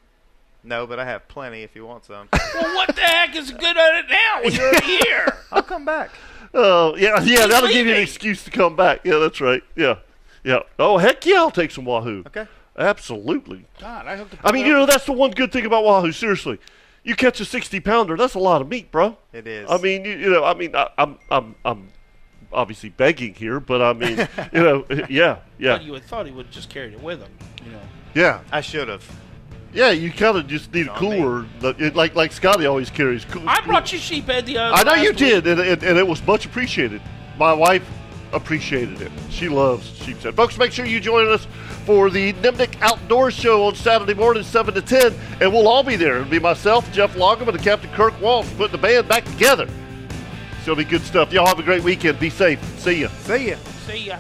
S6: No, but I have plenty if you want some.
S5: Well, what the heck is good on it now when you're already here?
S6: I'll come back.
S7: Oh yeah, yeah. That'll give you an
S5: leaving.
S7: excuse to come back. Yeah, that's right. Yeah, yeah. Oh heck yeah, I'll take some wahoo.
S6: Okay.
S7: Absolutely.
S5: God, I hooked up.
S7: I mean, you know, that's the one good thing about Wahoo. Seriously, you catch a sixty pounder, that's a lot of meat, bro.
S6: It is.
S7: I mean, you, you know, I mean, I, I'm, I'm, I'm obviously begging here, but I mean, you know, yeah, yeah,
S5: you would thought he would have just carried it with him. You know,
S7: yeah,
S6: I should have.
S7: yeah. You kind of just need a
S6: on me.
S7: cooler, that- it- like like Scotty always carries. Cool,
S5: I brought you sheephead the other.
S7: I know you
S5: last week.
S7: did, and, and, and it was much appreciated. My wife appreciated it. She loves sheepshead. Folks, make sure you join us for the Nimnik Outdoor Show on Saturday morning, 7 to 10, and we'll all be there. It'll be myself, Jeff Longman, and Captain Kirk Walsh putting the band back together. It's going to be good stuff. Y'all have a great weekend. Be safe. See ya.
S6: See ya.
S5: See ya.